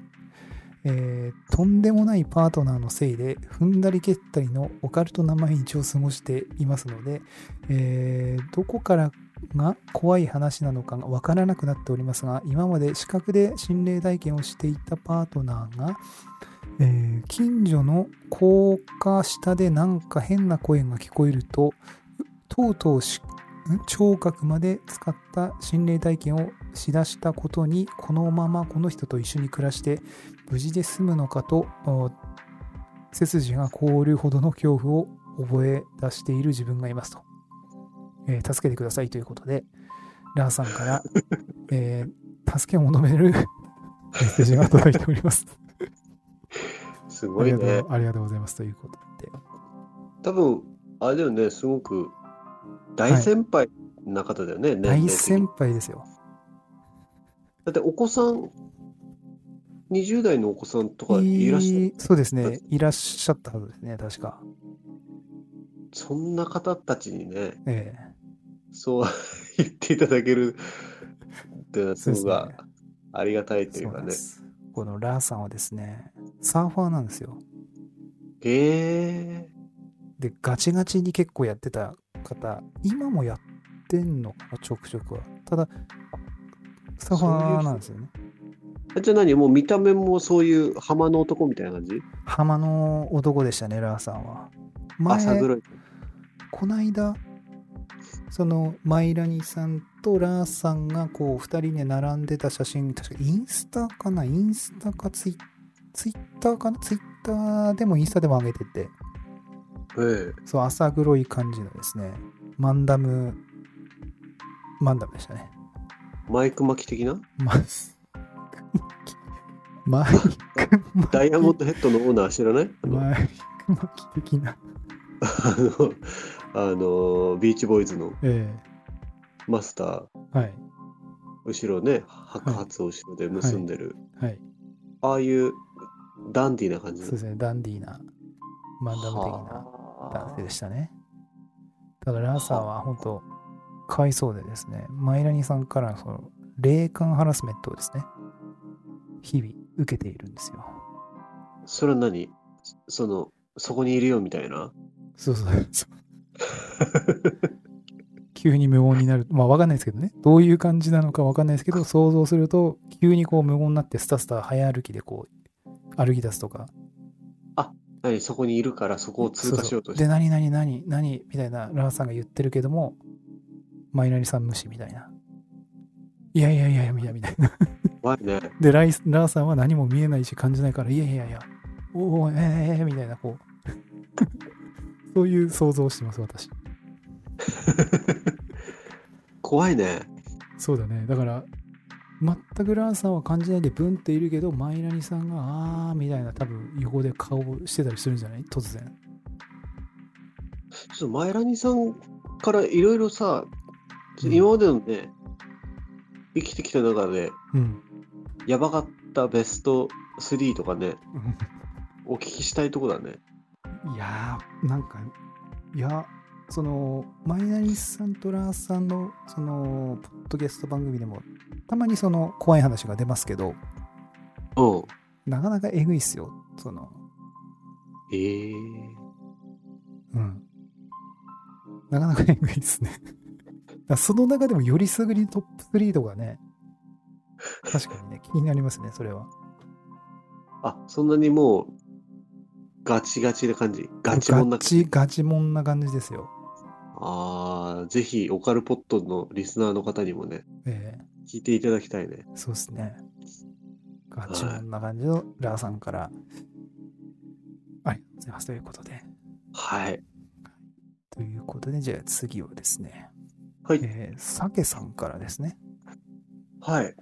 Speaker 1: えーとんでもないパートナーのせいで踏んだり蹴ったりのオカルトな毎日を過ごしていますので、えーどこからが怖い話なのかがわからなくなっておりますが今まで視覚で心霊体験をしていたパートナーがえー近所の高架下でなんか変な声が聞こえるととうとうしん聴覚まで使った心霊体験をしだしたことにこのままこの人と一緒に暮らして無事で済むのかとお背筋が凍るほどの恐怖を覚え出している自分がいますと、えー助けてくださいということでラーさんから、えー助けを求めるメッセージが届いております
Speaker 2: す
Speaker 1: あ
Speaker 2: ご
Speaker 1: り
Speaker 2: い
Speaker 1: が
Speaker 2: ね
Speaker 1: と。うありがとうございますということで。
Speaker 2: 多分、あれだよね。すごく大先輩な方だよね。年齢
Speaker 1: 大
Speaker 2: 的に
Speaker 1: 先輩ですよ。
Speaker 2: だってお子さん、20代のお子さんとかいらっしゃる、
Speaker 1: えーそうですね。いらっしゃったはずですね、確か。
Speaker 2: そんな方たちにね、
Speaker 1: え
Speaker 2: そう言っていただけるっていうのはすごく
Speaker 1: そうです
Speaker 2: ありがたい
Speaker 1: え
Speaker 2: と
Speaker 1: そ
Speaker 2: い
Speaker 1: う
Speaker 2: う
Speaker 1: な
Speaker 2: か
Speaker 1: んで
Speaker 2: ね。
Speaker 1: す。このラーさんはですね、サーファーなんですよ。
Speaker 2: へえ
Speaker 1: で、ガチガチに結構やってた方、今もやってんのかな、ちょくちょくは。ただ、サーファーなんですよね。
Speaker 2: じゃあ何もう見た目もそういう浜の男みたいな感じ
Speaker 1: 浜の男でしたね、ラーさんは。
Speaker 2: 朝
Speaker 1: 前
Speaker 2: ぐらい。
Speaker 1: こないだそのマイラニさんとラーさんがこう2人で並んでた写真確かインスタかなインスタかツイツイッターかなツイッターでもインスタでも上げてて
Speaker 2: え
Speaker 1: そう浅黒い感じのですねマンダムマンダムでしたね
Speaker 2: えマイク巻き的な
Speaker 1: マイマイクマ
Speaker 2: ダイヤモンドヘッドのオーナー知らないあの
Speaker 1: マイクマキ的な
Speaker 2: あの、あのビーチボーイズの
Speaker 1: え
Speaker 2: マスター、
Speaker 1: えはい
Speaker 2: 後ろね、白髪を後ろで結んでる、
Speaker 1: はい
Speaker 2: ああいうダンディーな感じ
Speaker 1: そ
Speaker 2: の
Speaker 1: うですねダンディーなマンダム的な男性でしたね。ただラーさんは本当かわいそうでですね、マイラニさんからのその霊感ハラスメントをですね、日々受けているんですよ。
Speaker 2: はあそれは何その、そこにいるよみた いな。
Speaker 1: そうそうそう。急に無言になる。まあわかんないですけどね、どういう感じなのかわかんないですけど、想像すると、急にこう無言になってスタスタ早歩きでこう歩き出すとか、
Speaker 2: 何そこにいるからそこを通過しようとして。
Speaker 1: そうそうで、何何何何みたいなラーさんが言ってるけども、マイナリさん無視みたいな。いやいやいやいやみたいな。
Speaker 2: 怖いね。
Speaker 1: でライス、ラーさんは何も見えないし感じないから、いやいやいや、おお、えーえーみたいな、こう。 そういう想像をしてます、私。
Speaker 2: 怖いね。
Speaker 1: そうだね。だから、全くラーさんは感じないで、ブンっているけど、マイナニさんが、あーみたいな、多分横で顔をしてたりするんじゃない突然。
Speaker 2: ちょっとマイラニさんからいろいろさ、
Speaker 1: うん
Speaker 2: 今までのね、生きてきた中で、
Speaker 1: うん。
Speaker 2: やばかったベスト3とかね、お聞きしたいとこだね。
Speaker 1: いやー、なんか、いや、その、マイナニさんとラーさんの、その、ポッドキャスト番組でも、たまにその、怖い話が出ますけど、
Speaker 2: うん。
Speaker 1: なかなかえぐいっすよ。その、
Speaker 2: ええ
Speaker 1: うん。なかなかえぐいですね。 だからその中でもよりすぐりトップ3とかね、確かにね、気になりますね、それは。
Speaker 2: あ、そんなにもう、ガチガチな感じ。ガチもんな
Speaker 1: ガチ、ガチもんな感じですよ。
Speaker 2: ああ、ぜひ、オカルポットのリスナーの方にもね、
Speaker 1: え
Speaker 2: 聞いていただきたいね
Speaker 1: え。そうですね。ガチもんな感じのラーさんから、ありがとうございます。ということで。
Speaker 2: はい。
Speaker 1: ということで、じゃあ次はですね、
Speaker 2: はい。
Speaker 1: えー、サケさんからですね。
Speaker 2: はい。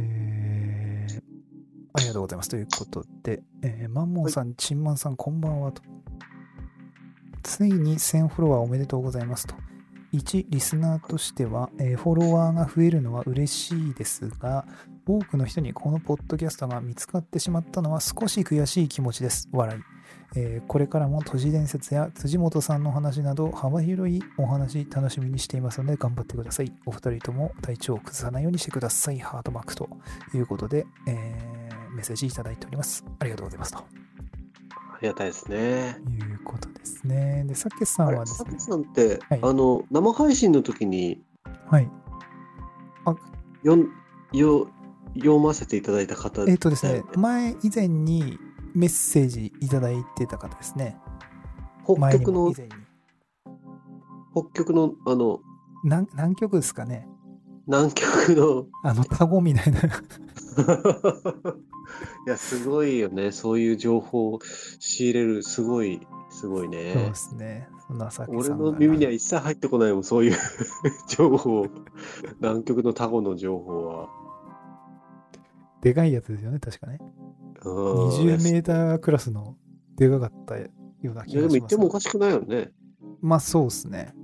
Speaker 1: えーありがとうございます。ということで、えーマンモンさん、チンマンさん、こんばんはと。ついに1000フォロワーおめでとうございますと。1、リスナーとしては、えーフォロワーが増えるのは嬉しいですが、多くの人にこのポッドキャストが見つかってしまったのは少し悔しい気持ちです。笑い。えーこれからも都市伝説や辻元さんの話など幅広いお話楽しみにしていますので頑張ってください。お二人とも体調を崩さないようにしてください。ハートマークということで、えーメッセージいただいております。ありがとうございます。と
Speaker 2: ありがたいですね。
Speaker 1: いうことですね。で、さけさん
Speaker 2: あれ
Speaker 1: は、です
Speaker 2: サ
Speaker 1: ね
Speaker 2: ケ、さんって、
Speaker 1: はい
Speaker 2: あの、生配信の時に
Speaker 1: はい。
Speaker 2: よんよ読ませていただいた方
Speaker 1: えっ、とです
Speaker 2: だ
Speaker 1: ね
Speaker 2: よ、
Speaker 1: 前以前にメッセージいただいてた方ですね。
Speaker 2: 北
Speaker 1: 前に
Speaker 2: 極
Speaker 1: も
Speaker 2: の
Speaker 1: 以、前に。
Speaker 2: 北極の、あの、
Speaker 1: 何何曲ですかね
Speaker 2: 南極の、
Speaker 1: あの、タゴみたいな。
Speaker 2: いや、すごいよね。そういう情報を仕入れる、すごい、すごい
Speaker 1: そう
Speaker 2: ね
Speaker 1: で。すね。そんなさけ
Speaker 2: 俺
Speaker 1: さん
Speaker 2: の
Speaker 1: が
Speaker 2: 耳には一切入ってこないもん、そういう 情報。南極のタコの情報は。
Speaker 1: でかいやつですよね、確かね。
Speaker 2: うん
Speaker 1: 20メータークラスのでかかったようない気
Speaker 2: や、
Speaker 1: が
Speaker 2: でも
Speaker 1: し
Speaker 2: 言
Speaker 1: ま
Speaker 2: って
Speaker 1: す
Speaker 2: もお。かしくないよね。
Speaker 1: まあそうですね。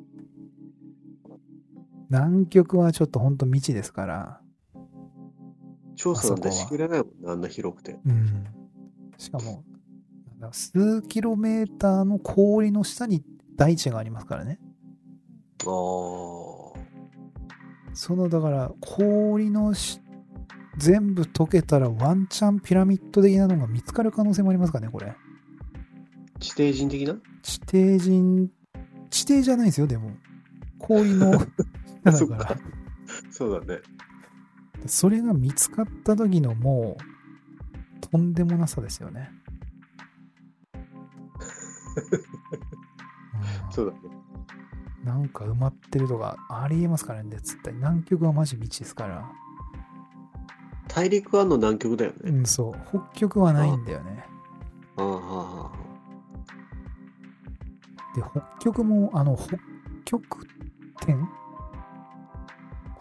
Speaker 1: 南極はちょっとほんと未知ですから。
Speaker 2: 調査なんて
Speaker 1: あそこは
Speaker 2: しきれないもんね、あんな広くて。
Speaker 1: うん。しかも、なんだ数キロメーターの氷の下に大地がありますからね。
Speaker 2: ああ。
Speaker 1: そのだから氷のし全部溶けたらワンチャンピラミッド的なのが見つかる可能性もありますからね、これ。
Speaker 2: 地底人的な
Speaker 1: 地底人、地底じゃないですよ、でも。氷 の下だ
Speaker 2: そっ
Speaker 1: か。
Speaker 2: からそうだね。
Speaker 1: それが見つかった時のもうとんでもなさですよ ね。う
Speaker 2: そ
Speaker 1: ん
Speaker 2: うだね。
Speaker 1: なんか埋まってるとかありえますからね、絶対。南極はマジ未知ですから。
Speaker 2: 大陸はあんの南極だよ
Speaker 1: う
Speaker 2: ね。
Speaker 1: ん、そう。北極はないんだよね。
Speaker 2: ああ、はあ、は
Speaker 1: で、北極も、あの、北極点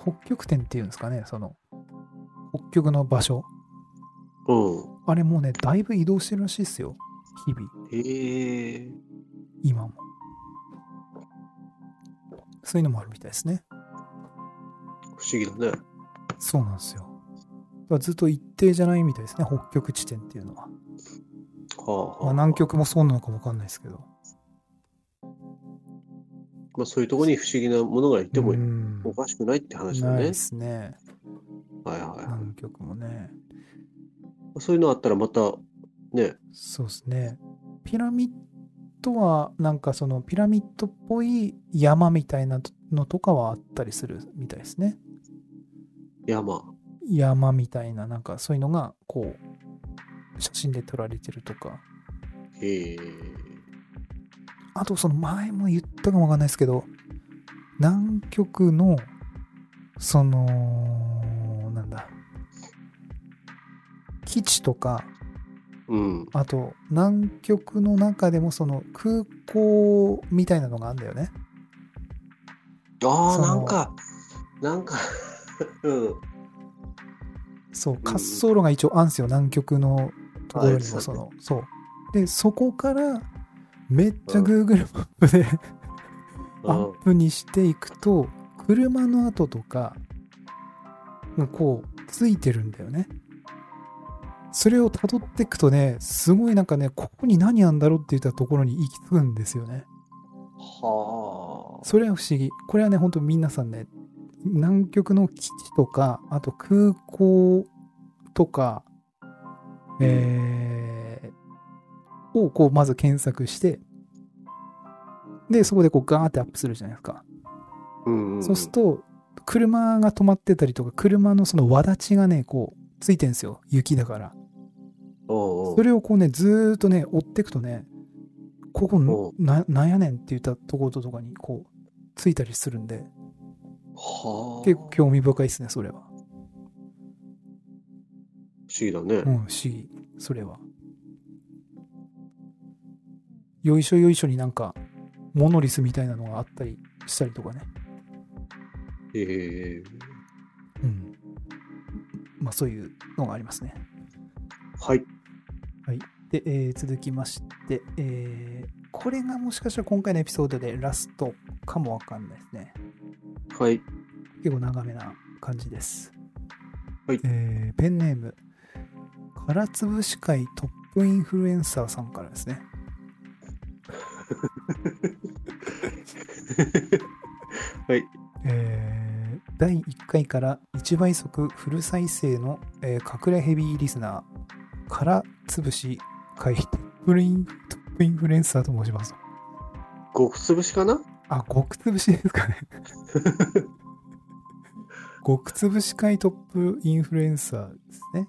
Speaker 1: 北極点っていうんですかね、その、北極の場所。
Speaker 2: あ。うん。
Speaker 1: あれもうね、だいぶ移動してるらしいですよ。日々。
Speaker 2: へえ。
Speaker 1: 今も。そういうのもあるみたいですね。
Speaker 2: 不思議だね。
Speaker 1: そうなんですよ。だからずっと一定じゃないみたいですね、北極地点っていうのは。
Speaker 2: はあ、はあ。
Speaker 1: まあ、南。極もそうなのか分かんないですけど。
Speaker 2: まあ、そういうところに不思議なものがいても
Speaker 1: うん
Speaker 2: おかしくないって話だ
Speaker 1: ない
Speaker 2: ね
Speaker 1: で。すね、
Speaker 2: はいはいは
Speaker 1: 南極もね。
Speaker 2: い。そういうのあったらまた、ね。
Speaker 1: そうですね。ピラミッドは、なんかそのピラミッドっぽい山みたいなのとかはあったりするみたいですね。
Speaker 2: 山。
Speaker 1: 山みたいな、なんかそういうのが、こう、写真で撮られてるとか。
Speaker 2: へえ。
Speaker 1: あとその前も言ったかもわかんないですけど南極のそのなんだ基地とか
Speaker 2: うん。
Speaker 1: あと南極の中でもその空港みたいなのがあるんだよね
Speaker 2: あ
Speaker 1: その
Speaker 2: あ、なんか、なんか、 うん。
Speaker 1: そう滑走路が一応あるんですよ南極のところ
Speaker 2: あ
Speaker 1: に
Speaker 2: そう
Speaker 1: も
Speaker 2: ね
Speaker 1: そのそうでそこからめっちゃ Google マップでアップにしていくと車の跡とかがこうついてるんだよねそれをたどっていくとねすごいなんかねここに何あんだろうって言ったところに行き着くんですよね
Speaker 2: はあ。
Speaker 1: それは不思議これはねほんと皆さんね南極の基地とかあと空港とか、えーをこうまず検索してでそこでこうガーってアップするじゃないですか、
Speaker 2: うんんん
Speaker 1: そうすると車が止まってたりとか車のその輪立ちがねこうついてんですよ雪だから
Speaker 2: おうおう
Speaker 1: それをこうねずーっとね追っていくとねここななんやねんって言ったところとかにこうついたりするんで
Speaker 2: はあ。
Speaker 1: 結構興味深いですねそれは
Speaker 2: 不思議だね。
Speaker 1: うん、不思議。それは。よいしょよいしょになんか、モノリスみたいなのがあったりしたりとかね。
Speaker 2: ええ
Speaker 1: うん。まあそういうのがありますね。
Speaker 2: はい。
Speaker 1: で、えー続きまして、えーこれがもしかしたら今回のエピソードでラストかもわかんないですね。
Speaker 2: はい。
Speaker 1: 結構長めな感じです。
Speaker 2: はい
Speaker 1: えーペンネーム、からつぶし会トップインフルエンサーさんからですね。
Speaker 2: はい。
Speaker 1: えー第1回から1倍速フル再生の、えー隠れヘビーリスナーから潰し会フルイントップインフルエンサーと申します
Speaker 2: 極潰しかな
Speaker 1: あ極潰しですかね極潰し会トップインフルエンサーですね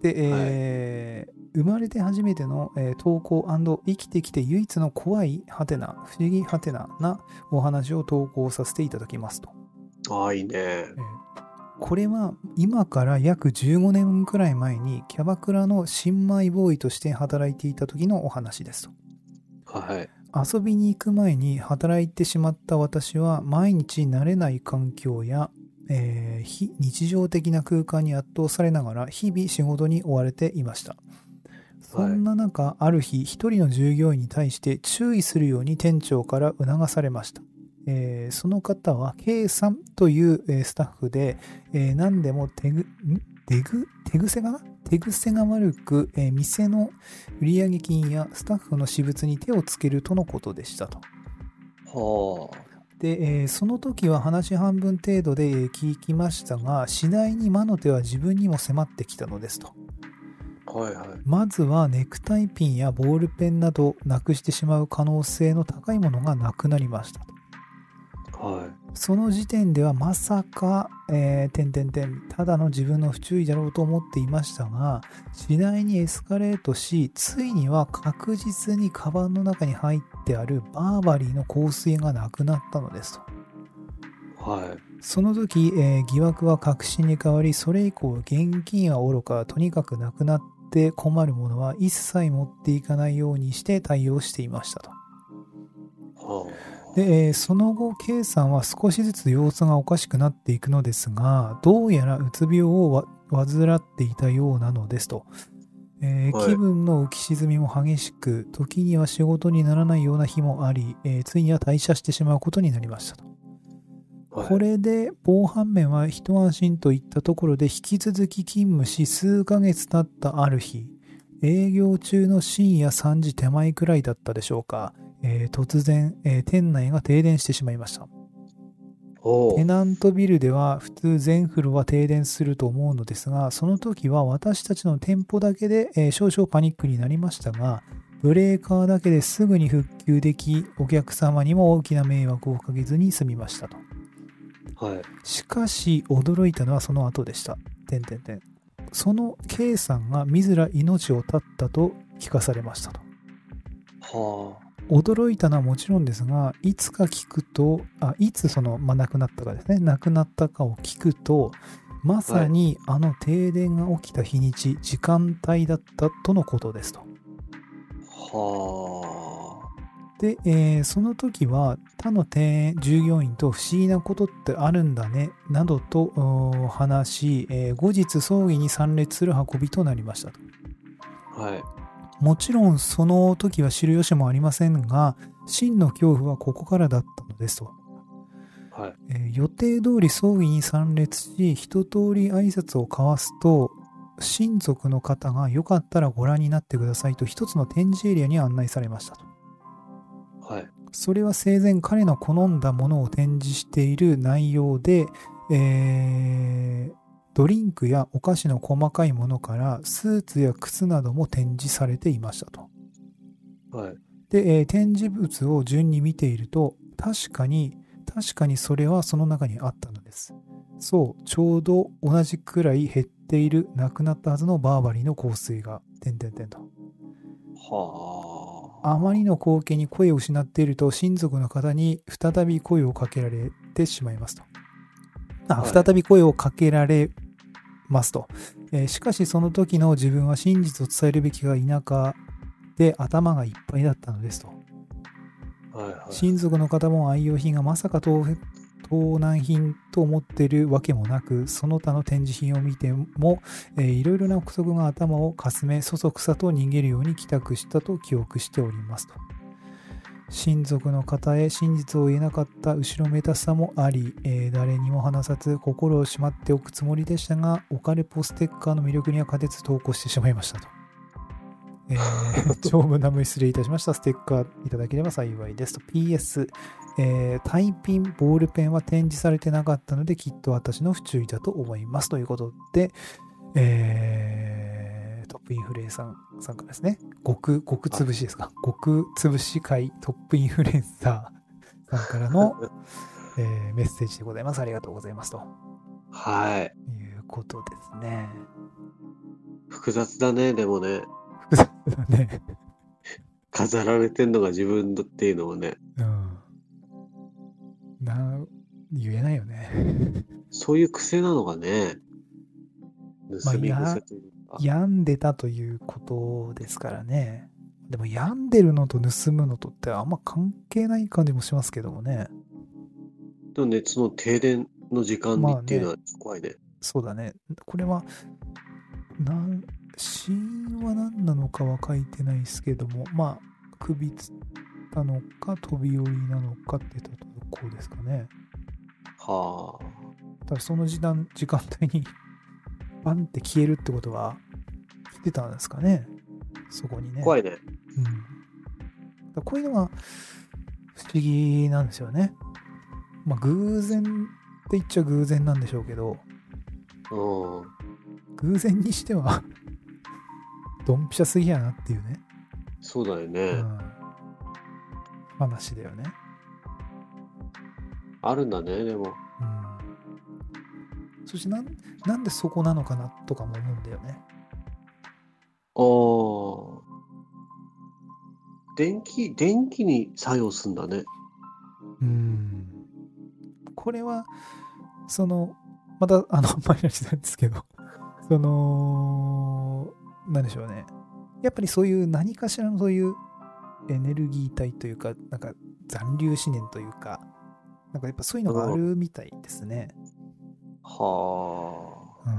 Speaker 1: で、えー生まれて初めての、えー投稿生きてきて唯一の怖いハテナ不思議ハテナなお話を投稿させていただきますと
Speaker 2: ああ、いいね。
Speaker 1: えーこれは今から約15年くらい前にキャバクラの新米ボーイとして働いていた時のお話ですと
Speaker 2: はい。
Speaker 1: 遊びに行く前に働いてしまった私は毎日慣れない環境や、えー非日常的な空間に圧倒されながら日々仕事に追われていましたそんな中、ある日一人の従業員に対して注意するように店長から促されました、えーその方は K さんという、えースタッフで、えー何でも手ぐん手ぐ手癖かな手癖が悪く、えー店の売上金やスタッフの私物に手をつけるとのことでしたと。
Speaker 2: は
Speaker 1: で、えーその時は話半分程度でえー聞きましたが次第に魔の手は自分にも迫ってきたのですと。
Speaker 2: あ。はいはい。
Speaker 1: まずはネクタイピンやボールペンなどなくしてしまう可能性の高いものがなくなりましたと。
Speaker 2: は
Speaker 1: その時点ではまさか、えー、点々点ただの自分の不注意だろうと思っていましたが次第にエスカレートしついには確実にカバンの中に入ってあるバーバリーの香水がなくなったのですと
Speaker 2: い。はい。
Speaker 1: その時、えー疑惑は確信に変わりそれ以降現金はおろかとにかくなくなって困るものは一切持っていかないようにして対応していましたと
Speaker 2: はあ。
Speaker 1: で、えーその後 K さんは少しずつ様子がおかしくなっていくのですがどうやらうつ病をわ患っていたようなのですと、えー
Speaker 2: はい
Speaker 1: 気分の浮き沈みも激しく時には仕事にならないような日もあり、えーついには退社してしまうことになりましたと
Speaker 2: はい
Speaker 1: これで防犯面は一安心といったところで引き続き勤務し数ヶ月経ったある日営業中の深夜3時手前くらいだったでしょうか、えー突然、えー店内が停電してしまいました
Speaker 2: おう
Speaker 1: テナントビルでは普通全フロは停電すると思うのですがその時は私たちの店舗だけで、えー少々パニックになりましたがブレーカーだけですぐに復旧できお客様にも大きな迷惑をかけずに済みましたと
Speaker 2: はい。
Speaker 1: しかし驚いたのはその後でした。てんてんてんその K さんが自ら命を絶ったと聞かされましたと。
Speaker 2: は
Speaker 1: 驚いたのはもちろんですが、いつか聞くと、あいつその、まあ、亡くなったかですね、亡くなったかを聞くと、まさにあの停電が起きた日にち、時間帯だったとのことですと。
Speaker 2: あ。はあ。
Speaker 1: で、えーその時は他の店従業員と不思議なことってあるんだねなどとうー話し、えー後日葬儀に参列する運びとなりましたと
Speaker 2: はい。
Speaker 1: もちろんその時は知る由もありませんが真の恐怖はここからだったのですと、
Speaker 2: はい。
Speaker 1: えー予定通り葬儀に参列し一通り挨拶を交わすと親族の方がよかったらご覧になってくださいと一つの展示エリアに案内されましたと
Speaker 2: はい。
Speaker 1: それは生前彼の好んだものを展示している内容で、えードリンクやお菓子の細かいものからスーツや靴なども展示されていましたと。
Speaker 2: はい。
Speaker 1: で、えー展示物を順に見ていると確かに確かにそれはその中にあったのですそうちょうど同じくらい減っているなくなったはずのバーバリーの香水が点々点と
Speaker 2: はあ。
Speaker 1: あまりの光景に声を失っていると親族の方に再び声をかけられてしまいますと。あ
Speaker 2: はい
Speaker 1: 再び声をかけられますと、えーしかしその時の自分は真実を伝えるべきが田舎で頭がいっぱいだったのですと。
Speaker 2: はいはい。
Speaker 1: 親族の方も愛用品がまさか盗盗難品と思ってるわけもなくその他の展示品を見ても、えーいろいろな憶測が頭をかすめそそくさと逃げるように帰宅したと記憶しておりますと親族の方へ真実を言えなかった後ろめたさもあり、えー誰にも話さず心をしまっておくつもりでしたがオカレポステッカーの魅力には勝てず投稿してしまいましたと、えー長文な無理失礼いたしましたステッカーいただければ幸いですと PS えータイピン、ボールペンは展示されてなかったので、きっと私の不注意だと思います。ということで、えートップインフレさんさんからですね、極、極潰しですか、極潰し会トップインフルエンサーさんから の、えーメッセージでございます。ありがとうございます。と
Speaker 2: はい。
Speaker 1: いうことですね。
Speaker 2: 複雑だね、でもね。
Speaker 1: 複雑だね。
Speaker 2: 飾られてんのが自分だっていうのもね。
Speaker 1: うん。な、言えないよね。
Speaker 2: そういう癖なのがね。
Speaker 1: まあ
Speaker 2: 盗み癖というか。
Speaker 1: 病んでたということですからね。でも病んでるのと盗むのとってあんま関係ない感じもしますけどもね。
Speaker 2: でもね、その停電の時間にっていうのは怖いね。
Speaker 1: そうだね。これは、なん、死因は何なのかは書いてないですけども、まあ、首つったのか飛び降りなのかってとこですかね。
Speaker 2: は
Speaker 1: ただその時間時間帯に バンって消えるってことは来てたんですかね。そこに
Speaker 2: あ。
Speaker 1: ね。
Speaker 2: 怖いね。
Speaker 1: うん、だからこういうのが不思議なんですよね。まあ偶然って言っちゃ偶然なんでしょうけど
Speaker 2: うん。
Speaker 1: 偶然にしては ドンピシャすぎやなっていうね、
Speaker 2: そうだよ
Speaker 1: う
Speaker 2: ね。
Speaker 1: ん、話だよね。
Speaker 2: あるんだね、でも。
Speaker 1: うん、そしてなんなんでそこなのかなとかも思うんだよね。
Speaker 2: ああ。電気、電気に作用すんだね。
Speaker 1: うん、これはそのまたあのマイナスなんですけど そのなんでしょうねやっぱりそういう何かしらのそういうエネルギー体というかなんか残留思念というかなんかやっぱそういうのがあるみたいですね、
Speaker 2: は
Speaker 1: うん、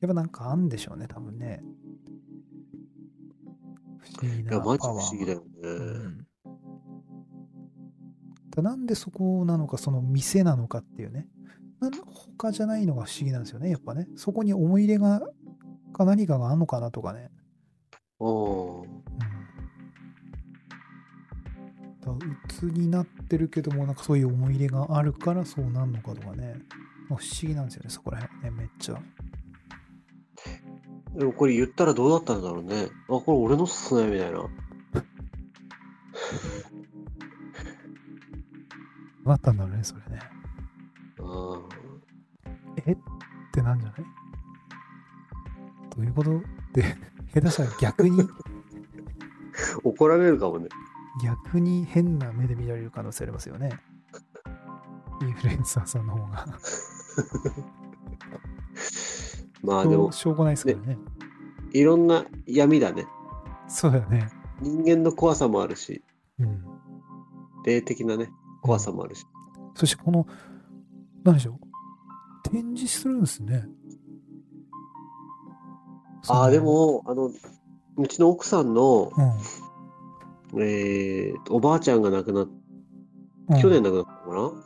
Speaker 1: やっぱなんかあんでしょうね多分ね不思議
Speaker 2: あ。い
Speaker 1: なパ
Speaker 2: や、
Speaker 1: ワ
Speaker 2: マ
Speaker 1: ー
Speaker 2: ジ不思議だよ
Speaker 1: う
Speaker 2: ね。
Speaker 1: んだなんでそこなのかその店なのかっていうねなん他じゃないのが不思議なんですよねやっぱねそこに思い入れがか何かがあるのかなとかね、
Speaker 2: うん。
Speaker 1: うん、だ鬱になってるけどもなんかそういう思い入れがあるからそうなんのかとかねまあ不思議なんですよねそこら辺はねめっちゃ
Speaker 2: でもこれ言ったらどうだったんだろうね。あ、これ俺のっすね、みたいな。
Speaker 1: なったんだろうねそれね
Speaker 2: うん。
Speaker 1: えってなんじゃないどういうことって下手したら逆に
Speaker 2: 怒られるかもね。
Speaker 1: 逆に変な目で見られる可能性ありますよ ね。インフルエンサーさんの方が。
Speaker 2: まあで
Speaker 1: ど
Speaker 2: も
Speaker 1: う、しょうがないですからね。
Speaker 2: いろんな闇だね。
Speaker 1: そうだよね。
Speaker 2: 人間の怖さもあるし、
Speaker 1: うん。
Speaker 2: 霊的なね、怖さもあるし。
Speaker 1: そしてこの、何でしょう。展示するんですね。
Speaker 2: あ
Speaker 1: そ
Speaker 2: あ、
Speaker 1: の
Speaker 2: で、も、あの、うちの奥さん
Speaker 1: うん
Speaker 2: の、えーと、おばあちゃんが亡くなっ
Speaker 1: うん
Speaker 2: 去年亡くなったのか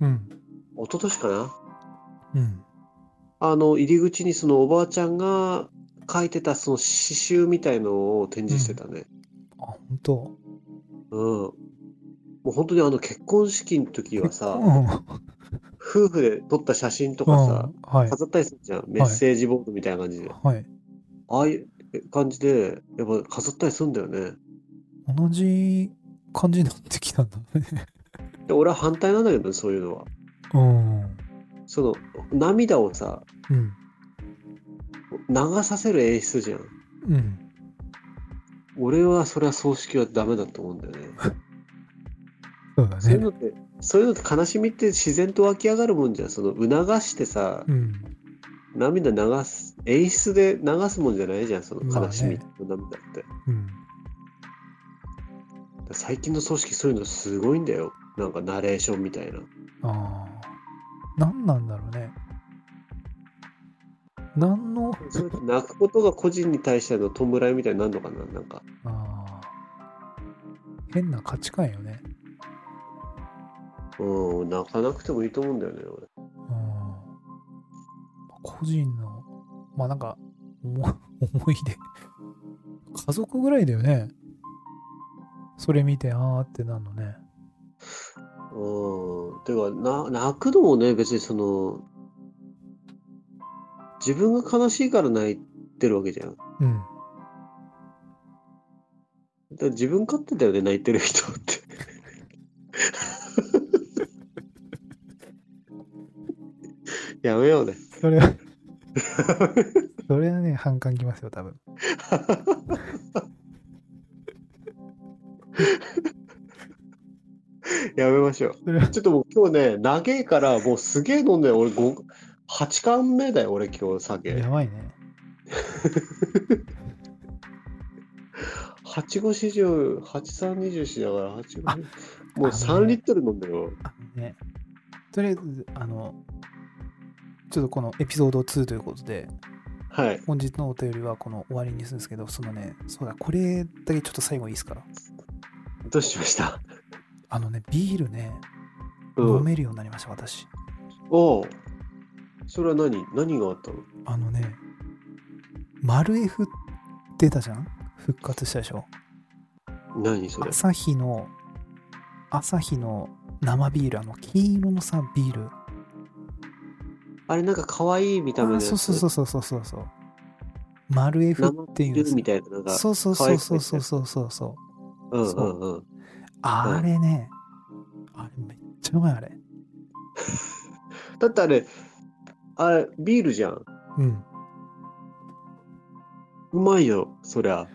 Speaker 2: な、
Speaker 1: うん。
Speaker 2: 一昨年かな
Speaker 1: うん。
Speaker 2: あの、入り口にそのおばあちゃんが書いてたその刺繍みたいのを展示してたね。
Speaker 1: あ、本当。
Speaker 2: うん。もう本当にあの結婚式の時はさ、
Speaker 1: うん。
Speaker 2: 夫婦で撮った写真とかさ、
Speaker 1: うんはい。
Speaker 2: 飾ったりするじゃん。メッセージボードみたいな感じで。
Speaker 1: はい。
Speaker 2: ああいう、え感じで、やっぱ飾ったりするんだよね。
Speaker 1: 同じ感じになってきたんだね。
Speaker 2: で俺は反対なんだけどね、そういうのは。
Speaker 1: うん。
Speaker 2: その、涙をさ、
Speaker 1: うん。
Speaker 2: 流させる演出じゃん。
Speaker 1: うん。
Speaker 2: 俺はそれは葬式はダメだと思うんだよね。
Speaker 1: そうだ
Speaker 2: そういう
Speaker 1: ね
Speaker 2: の。って、そういうのって悲しみって自然と湧き上がるもんじゃん。その促してさ、
Speaker 1: うん。
Speaker 2: 涙流す、演出で流すもんじゃないじゃん、その悲しみ
Speaker 1: ま
Speaker 2: の涙って。
Speaker 1: うん。
Speaker 2: 最近の葬式そういうのすごいんだよ。なんかナレーションみたいな。
Speaker 1: ああ。なんなんだろうね。何の、
Speaker 2: それって泣くことが個人に対しての弔いみたいになるのかななんか。
Speaker 1: ああ。変な価値観よね。
Speaker 2: うん、泣かなくてもいいと思うんだよね、俺。
Speaker 1: うん。個人の、まあなんか、思思い 出。家族ぐらいだよね。それ見て、ああってなるのね。
Speaker 2: うん。てか、な泣くのもね、別にその、自分が悲しいから泣いてるわけじゃん。だか
Speaker 1: うん。
Speaker 2: ら自分勝手だよね、泣いてる人って。 やめようね。
Speaker 1: それは それはね反感きますよ多分
Speaker 2: やめましょ
Speaker 1: それは
Speaker 2: う。ちょっともう今日ね、長えから、もうすげえ飲んでる、俺5、8缶目だよ、俺今日酒
Speaker 1: や。ばいね
Speaker 2: 8、5、40、8、3、24だから、8、
Speaker 1: あ
Speaker 2: 5、もう
Speaker 1: あの
Speaker 2: 3リットル飲んだよ。
Speaker 1: あねとりあえずあのちょっとこのエピソード2ということで
Speaker 2: はい。
Speaker 1: 本日のお便りはこの終わりにするんですけどそのねそうだこれだけちょっと最後いいですか
Speaker 2: どうしました
Speaker 1: あのねビールね
Speaker 2: う
Speaker 1: 飲
Speaker 2: ん。
Speaker 1: めるようになりました、私
Speaker 2: おうそれは何何があったの
Speaker 1: あのねマルエフ出たじゃん復活したでしょ
Speaker 2: 何それ
Speaker 1: 朝日の朝日の生ビールあの黄色のさビール
Speaker 2: あれなんか可愛い見た目の
Speaker 1: あ
Speaker 2: やつ
Speaker 1: そうそうそうそうそうそうそうマルエフ
Speaker 2: 生
Speaker 1: っていうんです
Speaker 2: みたいな、なんか。
Speaker 1: そうそう
Speaker 2: 可
Speaker 1: そ
Speaker 2: 愛
Speaker 1: う
Speaker 2: くて
Speaker 1: そうそうそうそうそう
Speaker 2: うんうんうん。
Speaker 1: あれね、あれめっちゃうまいあれ
Speaker 2: だってあれ、あれ、ビールじゃん。
Speaker 1: うん
Speaker 2: うまいよ、そりゃ。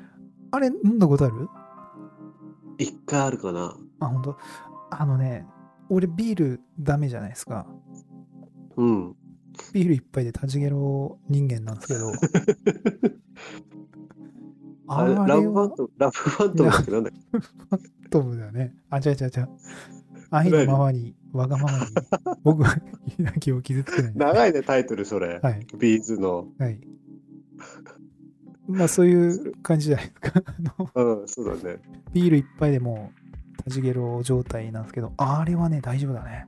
Speaker 1: あれ飲んだことある
Speaker 2: 一回あるかな。
Speaker 1: あ本当あのね俺ビールダメじゃないですか
Speaker 2: うん。
Speaker 1: ビール一杯で立ちゲロ人間なんですけどあ
Speaker 2: あ
Speaker 1: れ
Speaker 2: れ、
Speaker 1: は
Speaker 2: ラブファントム、ラブファントムってなんだっけ
Speaker 1: トムだよね。あ、違う違う違う。愛のままに、わがま まに、僕は泣きを傷つけない。
Speaker 2: 長いね、タイトル、それ。
Speaker 1: はい。
Speaker 2: ビーズの。
Speaker 1: はい。まあ、そういう感じじゃないですか。 あの
Speaker 2: うん、そうだね。
Speaker 1: ビール一杯でもう、立ちゲロ状態なんですけど、あれはね、大丈夫だね。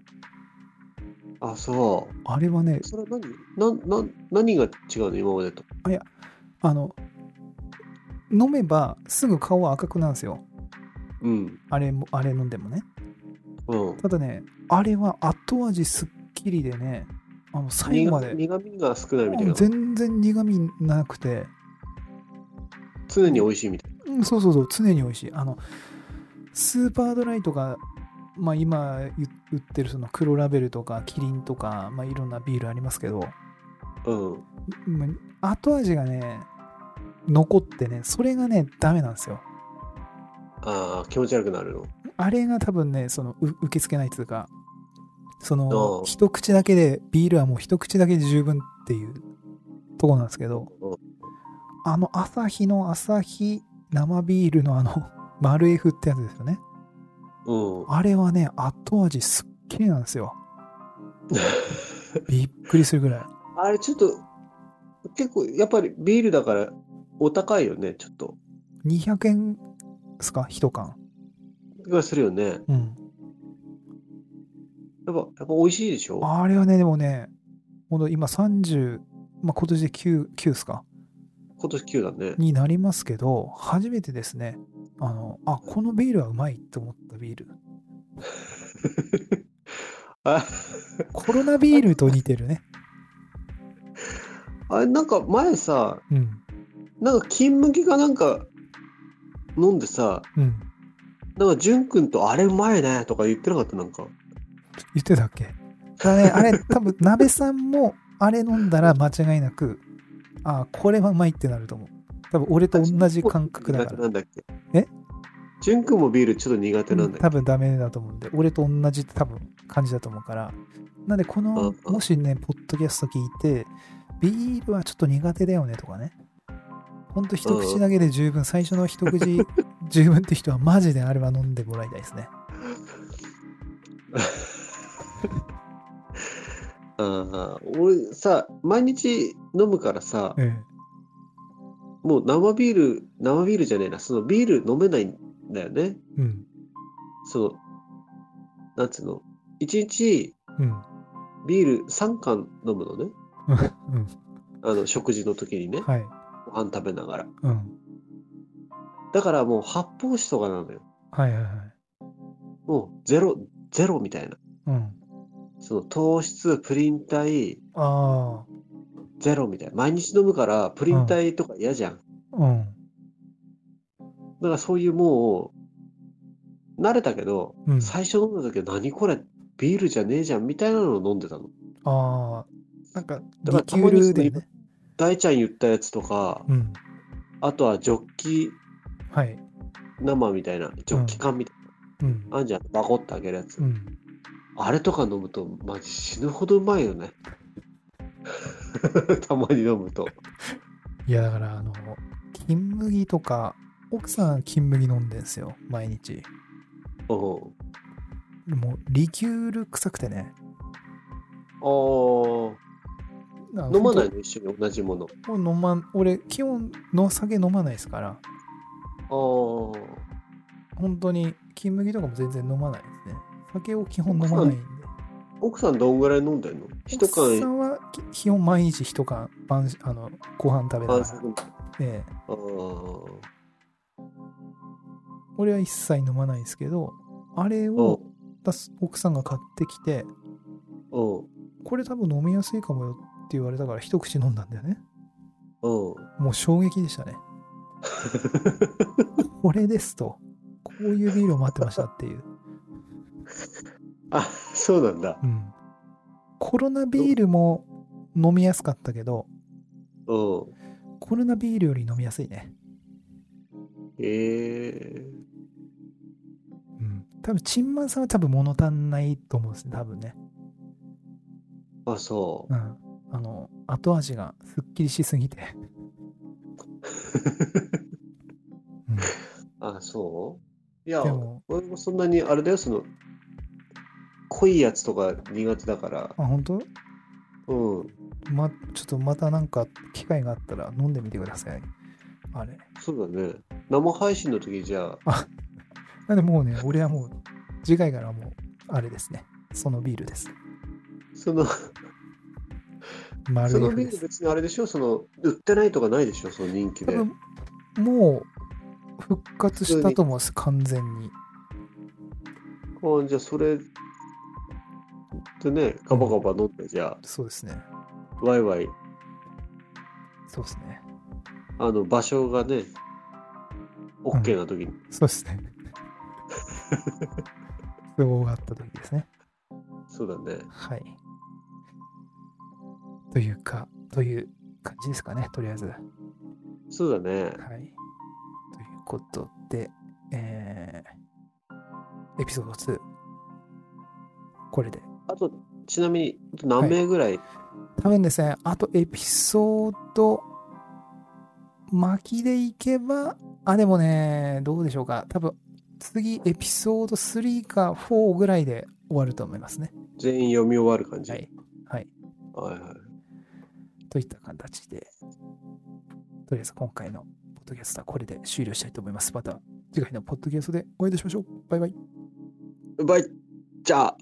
Speaker 2: あ、そ
Speaker 1: あれはね
Speaker 2: う。、それは何な、な、何が違うの今までと。
Speaker 1: あの、飲めばすぐ顔は赤くなるんですよ。
Speaker 2: うん。
Speaker 1: あれも、あれ飲んでもね。
Speaker 2: うん。
Speaker 1: ただね、あれは後味すっきりでね、あの最後まで
Speaker 2: 苦、苦味が少ないみた
Speaker 1: も
Speaker 2: いな
Speaker 1: う。全然苦味なくて、
Speaker 2: 常に美味しいみたい
Speaker 1: うん、そうそうそう、常に美味しい。あの、スーパードライとか、まあ今言売ってるその黒ラベルとかキリンとか、まあいろんなビールありますけど、
Speaker 2: な。うん。
Speaker 1: うん後味がね、残ってね、それがね、ダメなんですよ。
Speaker 2: ああ、気持ち悪くなるの。
Speaker 1: あれが多分ね、その、う受け付けないっていうか、その
Speaker 2: あ、あ
Speaker 1: 一口だけで、ビールはもう一口だけで十分っていうとこなんですけど、あの、朝日の朝日生ビールのあの、 丸 F ってやつですよね。
Speaker 2: うん。
Speaker 1: あれはね、後味すっきりなんですよ。びっくりするぐらい。
Speaker 2: あれ、ちょっと、結構、やっぱりビールだから、お高いよね、ちょっと。
Speaker 1: 200円ですか一缶。
Speaker 2: がするよね。やっ
Speaker 1: うん。
Speaker 2: ぱ、やっぱ美味しいでしょ
Speaker 1: あれはね、でもね、ほんと今30、まあ、今年で 9, 9っすか
Speaker 2: 今年9だね。
Speaker 1: になりますけど、初めてですね、あの、あ、このビールはうまいと思ったビール。
Speaker 2: あ
Speaker 1: コロナビールと似てるね。
Speaker 2: あれ、なんか前さ、
Speaker 1: うん。
Speaker 2: なんか金麦かなんか飲んでさ、
Speaker 1: うん。
Speaker 2: なんか淳君とあれうまいねとか言ってなかったなんか。
Speaker 1: 言ってたっけあれ、あれ多分、鍋さんも、あれ飲んだら間違いなく、ああ、これはうまいってなると思う。多分、俺と同じ感覚だか
Speaker 2: 苦手
Speaker 1: ら。
Speaker 2: なんだっけ
Speaker 1: え
Speaker 2: 淳君もビールちょっと苦手なんだっけ
Speaker 1: 多分ダメだと思うんで、俺と同じ多分感じだと思うから。なんで、この、
Speaker 2: うん
Speaker 1: もしね、ポッドキャスト聞いて、ビールはちょっと苦手だよねとかね。ほんと一口だけで十分、最初の一口 十分って人はマジであれは飲んでもらいたいですね。
Speaker 2: ああ俺さ、毎日飲むからさ、
Speaker 1: うん。
Speaker 2: もう生ビール、生ビールじゃねえな、そのビール飲めないんだよね。
Speaker 1: うん。
Speaker 2: その、なんつうの、一日
Speaker 1: うん。
Speaker 2: ビール3缶飲むのね。
Speaker 1: うん。
Speaker 2: あの、食事の時にね、
Speaker 1: はい。
Speaker 2: ご飯食べながら。
Speaker 1: うん。
Speaker 2: だからもう発泡酒とかなのよ。
Speaker 1: はいはいはい。
Speaker 2: もうゼロ、ゼロみたいな。
Speaker 1: うん。
Speaker 2: その糖質、プリン体、
Speaker 1: ああ。
Speaker 2: ゼロみたいな。毎日飲むから、プリン体とか嫌じゃん。
Speaker 1: うん。
Speaker 2: だからそういうもう、慣れたけど、
Speaker 1: うん、あ
Speaker 2: 最初飲んだ時は何これビールじゃねえじゃんみたいなのを飲んでたの。
Speaker 1: あー、なんか、
Speaker 2: だから
Speaker 1: リキュールだよ
Speaker 2: たま
Speaker 1: ね。
Speaker 2: 大ちゃん言ったやつとか、
Speaker 1: うん。
Speaker 2: あとはジョッキ
Speaker 1: はい。
Speaker 2: 生みたいな、ジョッキ缶みたい
Speaker 1: うん
Speaker 2: な、。あんじゃん、バコってあげるやつ。
Speaker 1: うん。
Speaker 2: あれとか飲むと、マジ死ぬほどうまいよね。 たまに飲むと。
Speaker 1: いや、だから、あの、金麦とか、奥さん金麦飲んでんすよ、毎日。
Speaker 2: うん
Speaker 1: もう、リキュール臭くてね。
Speaker 2: あ
Speaker 1: あ
Speaker 2: あ、飲まないの一緒に同じもの。
Speaker 1: ほんともう飲まん、俺、基本の酒飲まないですから、
Speaker 2: あ
Speaker 1: 本当に金麦とかも全然飲まないですね。酒を基本飲まないんで。
Speaker 2: あ、奥さんどんぐらい飲んでんの一
Speaker 1: 奥さ
Speaker 2: 缶
Speaker 1: んはき基本毎日一缶晩あのご飯食べなが
Speaker 2: 半
Speaker 1: ら、
Speaker 2: 食。
Speaker 1: ええ
Speaker 2: あー
Speaker 1: 俺は一切飲まないですけどあれ
Speaker 2: うん
Speaker 1: を出す奥さんが買ってきて
Speaker 2: うん
Speaker 1: これ多分飲みやすいかもよって言われたから一口飲んだんだよね
Speaker 2: うん
Speaker 1: もう衝撃でした ねこれですとこういうビールを待ってましたっていう、
Speaker 2: あそうなんだ。
Speaker 1: うん、コロナビールも飲みやすかったけど
Speaker 2: うん。
Speaker 1: コロナビールより飲みやすいね、
Speaker 2: ええ
Speaker 1: うん、多分チンマンさんは多分物足んないと思うんですね多分ね
Speaker 2: あ、そう
Speaker 1: う。んあの後味がすっきりしすぎて、うん
Speaker 2: あ、そういや
Speaker 1: でも、
Speaker 2: 俺もそんなに、あれだよ、その、濃いやつとか苦手だから、
Speaker 1: あ本当
Speaker 2: うん、
Speaker 1: ま、ちょっとまたなんか機会があったら飲んでみてください。あれ。
Speaker 2: そうだね。生配信の時じゃあ、
Speaker 1: なんでもうね、俺はもう次回からもうあれですね。そのビールです。
Speaker 2: その、
Speaker 1: 丸
Speaker 2: そ
Speaker 1: い
Speaker 2: の
Speaker 1: フ
Speaker 2: ビ
Speaker 1: で
Speaker 2: ール
Speaker 1: す。
Speaker 2: 別にあれでしょ、その、売ってないとかないでしょ、その人気
Speaker 1: 多
Speaker 2: で。
Speaker 1: 分もう復活したと思うんです、完全に。
Speaker 2: あじゃあ、それ、でね、ガバガバ飲んで、じゃ
Speaker 1: そうですね。
Speaker 2: あ、ワイワイ、
Speaker 1: そうですね。
Speaker 2: あの、場所がね、OK な時に、
Speaker 1: そうですね。 都合があった時ですね。
Speaker 2: そうだね。
Speaker 1: はい。というか、という感じですかね、とりあえず。
Speaker 2: そうだね。
Speaker 1: はい。ということで、えーエピソード2、これで。
Speaker 2: あと、ちなみに、何名ぐらい、
Speaker 1: 多分ですね、あとエピソード、巻きでいけば、あ、でもね、どうでしょうか。多分、次、エピソード3か4ぐらいで終わると思いますね。
Speaker 2: 全員読み終わる感じ。
Speaker 1: は
Speaker 2: はい
Speaker 1: い。はい。
Speaker 2: はいはい。
Speaker 1: といった形で、とりあえず今回のポッドキャストはこれで終了したいと思います。また次回のポッドキャストでお会いいたしましょう。バイバイ。
Speaker 2: バイじゃあ